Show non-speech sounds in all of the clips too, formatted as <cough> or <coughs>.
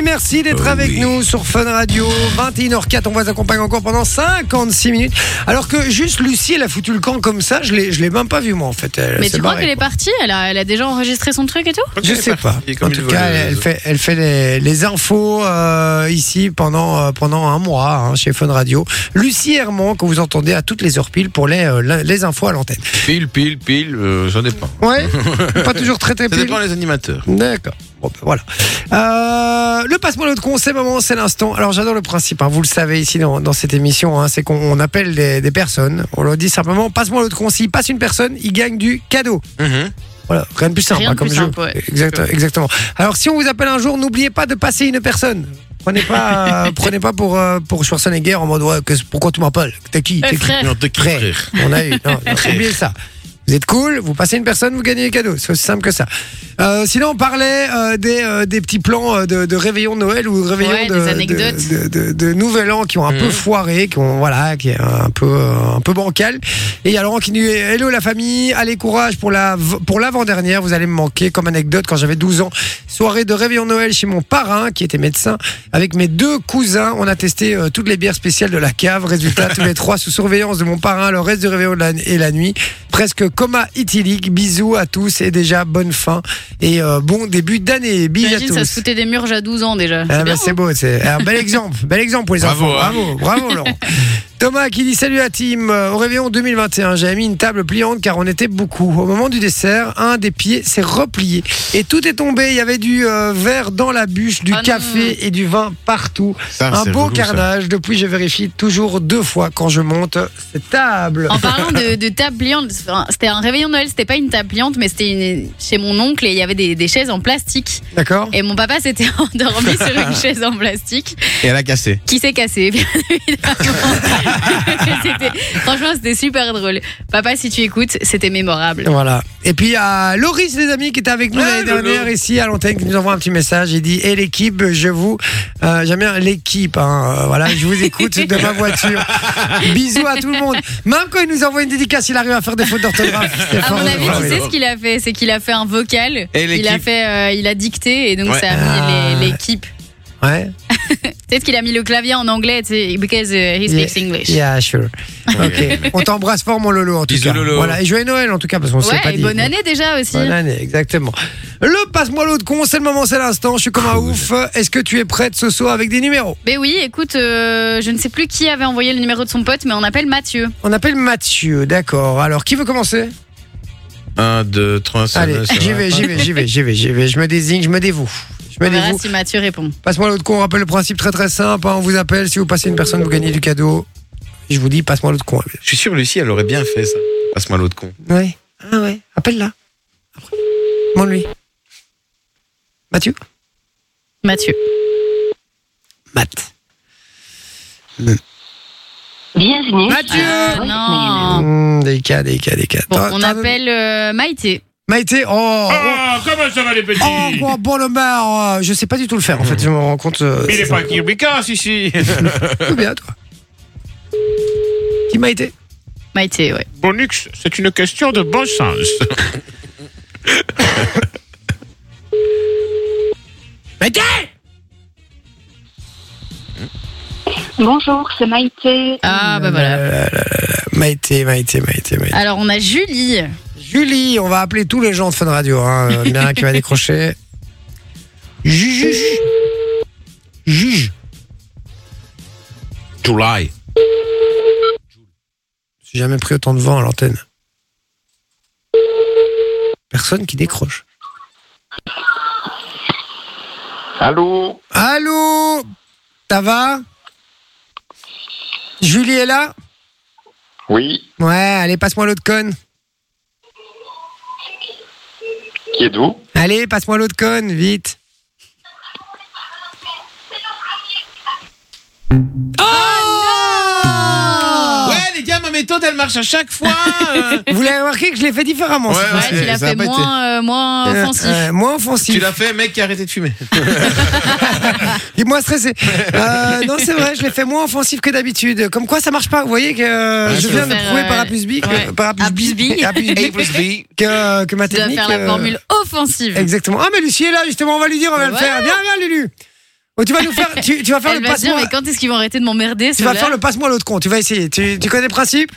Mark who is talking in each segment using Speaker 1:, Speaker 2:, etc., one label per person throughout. Speaker 1: merci d'être avec nous sur Fun Radio. 21h04, on vous accompagne encore pendant 56 minutes. Alors que juste Lucie, elle a foutu le camp comme ça, je l'ai, je l'ai même pas vu moi en fait. Elle
Speaker 2: Mais
Speaker 1: s'est
Speaker 2: tu crois
Speaker 1: barrée,
Speaker 2: qu'elle est
Speaker 1: quoi.
Speaker 2: partie elle a, elle a déjà enregistré son truc et tout
Speaker 1: Je sais pas.
Speaker 3: partie comme
Speaker 1: En
Speaker 3: une
Speaker 1: tout cas,
Speaker 3: voleuse.
Speaker 1: elle fait, elle fait les, les infos euh, ici pendant, euh, pendant un mois hein, chez Fun Radio. Lucie Hermand, que vous entendez à toutes les heures pile pour les, euh, les infos à l'antenne.
Speaker 3: Pile, pile, pile, euh, ça dépend.
Speaker 1: Ouais, pas toujours très très
Speaker 3: Ça
Speaker 1: pile.
Speaker 3: dépend des animateurs.
Speaker 1: D'accord. Bon, ben, voilà. Euh, le passe-moi l'autre con, c'est maman, c'est l'instant. Alors j'adore le principe, hein, vous le savez ici dans, dans cette émission, hein, c'est qu'on on appelle des, des personnes, on leur dit simplement passe-moi l'autre con. S'il passe une personne, il gagne du cadeau.
Speaker 3: Mhm.
Speaker 1: Voilà, rien de plus simple
Speaker 2: Rien
Speaker 1: hein,
Speaker 2: de
Speaker 1: comme
Speaker 2: plus
Speaker 1: jeu.
Speaker 2: simple, ouais.
Speaker 1: Exact- exactement. Alors si on vous appelle un jour, n'oubliez pas de passer une personne. Prenez
Speaker 2: <laughs>
Speaker 1: pas, euh, prenez pas pour, euh, pour Schwarzenegger en mode ouais, que- pourquoi tu m'appelles T'es qui
Speaker 2: Eh,
Speaker 1: T'es qui
Speaker 2: frère.
Speaker 3: Non, t'es qui,
Speaker 1: Frère.
Speaker 3: frère
Speaker 1: on a eu. Non, non, oubliez ça. Vous êtes cool, vous passez une personne, vous gagnez les cadeaux. C'est aussi simple que ça. Euh, sinon, on parlait euh, des, euh, des petits plans euh, de, de réveillon de Noël ou réveillon
Speaker 2: Ouais,
Speaker 1: de,
Speaker 2: des anecdotes.
Speaker 1: de, de, de- de Nouvel An qui ont un peu foiré, qui ont voilà, qui est un peu euh, un peu bancal. Et il y a Laurent qui nous dit Hello la famille, allez courage pour la pour l'avant dernière. Vous allez me manquer comme anecdote quand j'avais 12 ans. Soirée de réveillon de Noël chez mon parrain qui était médecin avec mes deux cousins. On a testé euh, toutes les bières spéciales de la cave. Résultat, tous les trois sous surveillance de mon parrain. Le reste du réveillon de la- et la nuit presque coma itilique. Bisous à tous et déjà bonne fin et euh, bon début d'année. Bisous à
Speaker 2: Imagine, ça se
Speaker 1: tous.
Speaker 2: foutait des murges à 12 ans déjà.
Speaker 1: Ah
Speaker 2: C'est
Speaker 1: bah,
Speaker 2: bien. hein.
Speaker 1: c'est beau, c'est un bel exemple, bel exemple pour les
Speaker 3: Bravo,
Speaker 1: enfants.
Speaker 3: hein.
Speaker 1: Bravo,
Speaker 3: <laughs>
Speaker 1: bravo Laurent. Thomas qui dit salut à team. Au réveillon 2021, j'avais mis une table pliante car on était beaucoup. Au moment du dessert, un des pieds s'est replié et tout est tombé. Il y avait du euh, verre dans la bûche, du
Speaker 2: Ah non.
Speaker 1: café et du vin partout.
Speaker 3: Ça,
Speaker 1: un
Speaker 3: Ah, c'est
Speaker 1: beau
Speaker 3: relou, ça.
Speaker 1: carnage. Depuis, je vérifie toujours deux fois quand je monte cette table.
Speaker 2: En parlant de, de table pliante, enfin, c'était un réveillon de Noël, c'était pas une table pliante, mais c'était une- chez mon oncle et il y avait des, des chaises en plastique.
Speaker 1: D'accord.
Speaker 2: Et mon papa s'était <laughs> endormi sur
Speaker 1: <laughs>
Speaker 2: une chaise en plastique
Speaker 3: Et elle a cassé.
Speaker 2: qui s'est cassée, bien évidemment. <laughs> C'était- franchement, c'était super drôle. Papa, si tu écoutes, c'était mémorable.
Speaker 1: Voilà. Et puis à Loris, les amis, qui était avec nous
Speaker 2: Ah,
Speaker 3: Ouais,
Speaker 1: l'année
Speaker 3: Lolo.
Speaker 1: dernière ici à l'antenne, qui nous envoie un petit message. Il dit Et l'équipe, je vous. euh, J'aime bien l'équipe. hein, euh, voilà, je vous écoute de ma
Speaker 2: <laughs>
Speaker 1: voiture. Bisous à tout le monde. Même quand il nous envoie une dédicace, il arrive à faire des fautes
Speaker 2: <laughs>
Speaker 1: d'orthographe. C'est
Speaker 2: À mon avis,
Speaker 1: formidable.
Speaker 2: tu sais ce qu'il a fait C'est qu'il a fait un vocal.
Speaker 3: Et l'équipe.
Speaker 2: il a fait, euh, il a dicté et donc
Speaker 3: Ouais.
Speaker 2: ça a mis
Speaker 1: Ah.
Speaker 2: les- l'équipe.
Speaker 1: Ouais.
Speaker 2: Peut-être qu'il a mis le clavier en anglais, tu sais, because euh, he speaks English.
Speaker 1: Yeah, sure. Ok. On t'embrasse fort, mon Lolo, en tout
Speaker 3: Bisous,
Speaker 1: cas.
Speaker 3: Lolo.
Speaker 1: Voilà. Et joyeux Noël, en tout cas, parce qu'on s'est pas
Speaker 2: Ouais, et
Speaker 1: dit.
Speaker 2: bonne année déjà aussi.
Speaker 1: Bonne année, exactement. Le passe-moi l'autre con, c'est le moment, c'est l'instant. Je suis
Speaker 2: Ah,
Speaker 1: comme un ouf. Est-ce que tu es prête ce soir avec des numéros
Speaker 2: Ben oui, écoute, euh, je ne sais plus qui avait envoyé le numéro de son pote, mais on appelle Mathieu.
Speaker 1: On appelle Mathieu, d'accord. Alors, qui veut commencer
Speaker 3: 1, 2, 3, ça
Speaker 1: Allez,
Speaker 3: va, ça
Speaker 1: j'y
Speaker 3: va
Speaker 1: vais,
Speaker 3: pas.
Speaker 1: j'y vais, j'y vais, j'y vais, j'y vais. Je me désigne, je me dévoue. Je me
Speaker 2: On verra
Speaker 1: dévoue.
Speaker 2: si Mathieu répond.
Speaker 1: Passe-moi l'autre con. On rappelle le principe très très simple. hein. On vous appelle. Si vous passez une personne, vous gagnez du cadeau. Je vous dis, passe-moi l'autre con.
Speaker 3: Je suis sûr, Lucie, elle aurait bien fait ça. Passe-moi l'autre con.
Speaker 1: Ouais. Ah ouais. Appelle-la. Après. Demande-lui. Mathieu
Speaker 2: Mathieu.
Speaker 1: Matt.
Speaker 4: Bienvenue.
Speaker 1: Mathieu
Speaker 2: Ah, non.
Speaker 1: Mmh, délicat, délicat, délicat.
Speaker 2: Bon,
Speaker 1: T'as-
Speaker 2: on
Speaker 1: t'as-
Speaker 2: appelle euh, Maïté.
Speaker 1: Maïté, oh, oh,
Speaker 5: Ah, comment ça va les petits
Speaker 1: oh,
Speaker 2: Eh.
Speaker 1: quoi, bon le maire, euh, je sais pas du tout le faire en fait, je me rends compte. euh,
Speaker 5: Il
Speaker 1: c'est
Speaker 5: est
Speaker 1: ça.
Speaker 5: pas Kirbikas <laughs> ici.
Speaker 1: Tout bien, toi. Qui Maïté
Speaker 2: Maïté, ouais.
Speaker 5: Bonux, c'est une question de bon sens.
Speaker 1: Maïté
Speaker 4: Bonjour, c'est Maïté.
Speaker 2: Ah, bah voilà.
Speaker 1: Maïté, Maïté, Maïté, Maïté.
Speaker 2: Alors, on a Julie.
Speaker 1: Julie, on va appeler tous les gens de Fun Radio. Hein. Euh, Il y en a un qui va décrocher. Juge. Juge.
Speaker 3: July.
Speaker 1: J'ai jamais pris autant de vent à l'antenne. Personne qui décroche.
Speaker 6: Allô
Speaker 1: Allô Ça va Julie est là
Speaker 6: Oui,
Speaker 1: Ouais, allez, passe-moi l'autre conne.
Speaker 6: qui êtes-vous
Speaker 1: Allez, passe-moi l'autre conne, vite.
Speaker 3: Ouais, les gars, ma méthode, elle marche à chaque fois. euh.
Speaker 1: Vous l'avez remarqué que je l'ai fait différemment.
Speaker 3: Ouais,
Speaker 1: cette
Speaker 3: ouais,
Speaker 1: fois-ci.
Speaker 2: Ouais,
Speaker 3: c'est-
Speaker 2: tu l'as
Speaker 3: ça
Speaker 2: fait
Speaker 3: a pas été-
Speaker 2: moins, euh, moins
Speaker 1: Euh,
Speaker 2: offensif.
Speaker 1: euh, moins offensif.
Speaker 3: tu l'as fait, mec, qui a arrêté de fumer.
Speaker 1: Il est
Speaker 3: <laughs>
Speaker 1: moins stressé. Euh, non, c'est vrai, je l'ai fait moins offensif que d'habitude. Comme quoi, ça marche pas. Vous voyez que euh,
Speaker 3: Ouais,
Speaker 1: je
Speaker 3: tu
Speaker 1: viens
Speaker 2: dois
Speaker 1: de
Speaker 2: faire,
Speaker 1: prouver
Speaker 2: euh,
Speaker 1: par A plus B que,
Speaker 2: ouais.
Speaker 1: par A plus
Speaker 2: A plus
Speaker 1: B,
Speaker 2: B.
Speaker 1: A plus B
Speaker 3: Ah, A plus B.
Speaker 1: que, que ma
Speaker 2: Tu dois
Speaker 1: technique.
Speaker 2: faire la
Speaker 1: euh,
Speaker 2: formule offensive.
Speaker 1: Exactement. Ah, mais Lucie est là, justement, on va lui dire, on va le
Speaker 2: Ouais.
Speaker 1: faire. Viens, viens, Lulu. Oh, tu vas nous faire, tu, tu vas faire
Speaker 2: Elle
Speaker 1: le
Speaker 2: va se dire,
Speaker 1: passe-moi.
Speaker 2: mais quand est-ce qu'ils vont arrêter de m'emmerder
Speaker 1: Tu vas
Speaker 2: ceux-là
Speaker 1: faire le passe-moi l'autre con. Tu vas essayer. Tu, tu connais le principe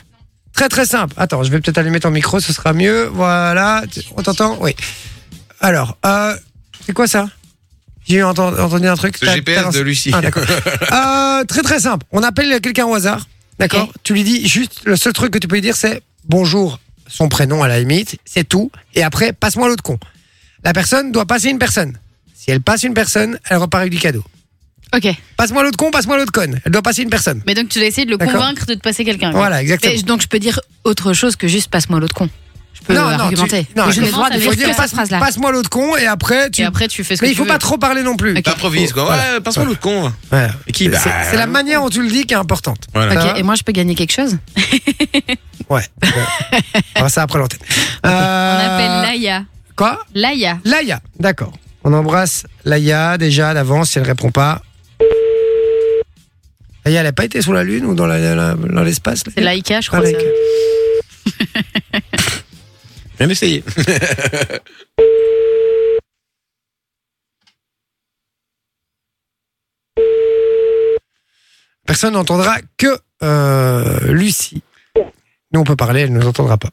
Speaker 1: Très très simple. Attends, je vais peut-être allumer ton micro, ce sera mieux. Voilà. Tu- On t'entend Oui. Alors, euh, c'est quoi ça J'ai entendu, entendu un truc.
Speaker 7: Le
Speaker 1: T'as-
Speaker 7: GPS
Speaker 1: t'as un-
Speaker 7: de Lucie.
Speaker 1: Ah,
Speaker 7: <laughs>
Speaker 1: d'accord. Euh, très très simple. On appelle quelqu'un au hasard. D'accord Tu lui dis juste, le seul truc que tu peux lui dire, c'est bonjour, son prénom à la limite, c'est tout. Et après, passe-moi l'autre con. La personne doit passer une personne. Si elle passe une personne, elle repart avec du cadeau.
Speaker 2: Ok.
Speaker 1: Passe-moi l'autre con, passe-moi l'autre conne. Elle doit passer une personne.
Speaker 2: Mais donc tu dois essayer de le
Speaker 1: D'accord.
Speaker 2: convaincre de te passer quelqu'un. quoi.
Speaker 1: Voilà, exactement.
Speaker 8: Mais donc je peux dire autre chose que juste passe-moi l'autre con. Je peux
Speaker 1: Non, non,
Speaker 8: argumenter.
Speaker 1: tu- non,
Speaker 8: Mais je n'ai
Speaker 2: elle
Speaker 8: le droit de
Speaker 2: commence
Speaker 8: dire
Speaker 2: avec
Speaker 8: que
Speaker 2: ça.
Speaker 8: cette phrase-là.
Speaker 1: Passe-moi l'autre con et après tu.
Speaker 2: Et après tu fais ce que
Speaker 1: mais
Speaker 2: tu
Speaker 1: il faut
Speaker 2: veux.
Speaker 1: pas trop parler non plus.
Speaker 7: T'improvises quoi.
Speaker 1: Voilà.
Speaker 7: Ouais, passe-moi l'autre con.
Speaker 3: hein.
Speaker 1: Voilà.
Speaker 7: Et qui bah,
Speaker 1: C'est c'est la manière dont tu le dis qui est importante.
Speaker 7: Voilà.
Speaker 1: Ça
Speaker 8: Ok,
Speaker 1: va
Speaker 8: et moi je peux gagner quelque chose
Speaker 1: Ouais.
Speaker 2: <laughs>
Speaker 1: Ouais. On va ça après l'antenne.
Speaker 2: On
Speaker 1: Euh,
Speaker 2: appelle Laïa.
Speaker 1: Quoi
Speaker 2: Laïa.
Speaker 1: Laïa. D'accord. On embrasse Laïa déjà d'avance si elle répond pas. Laïa, elle a pas été sur la lune ou dans la- la- dans l'espace
Speaker 2: C'est
Speaker 1: Laïa
Speaker 2: Laïka, je crois.
Speaker 1: Avec.
Speaker 2: ça.
Speaker 7: Bien essayé.
Speaker 1: Personne n'entendra que euh, Lucie. Nous on peut parler, elle nous entendra pas.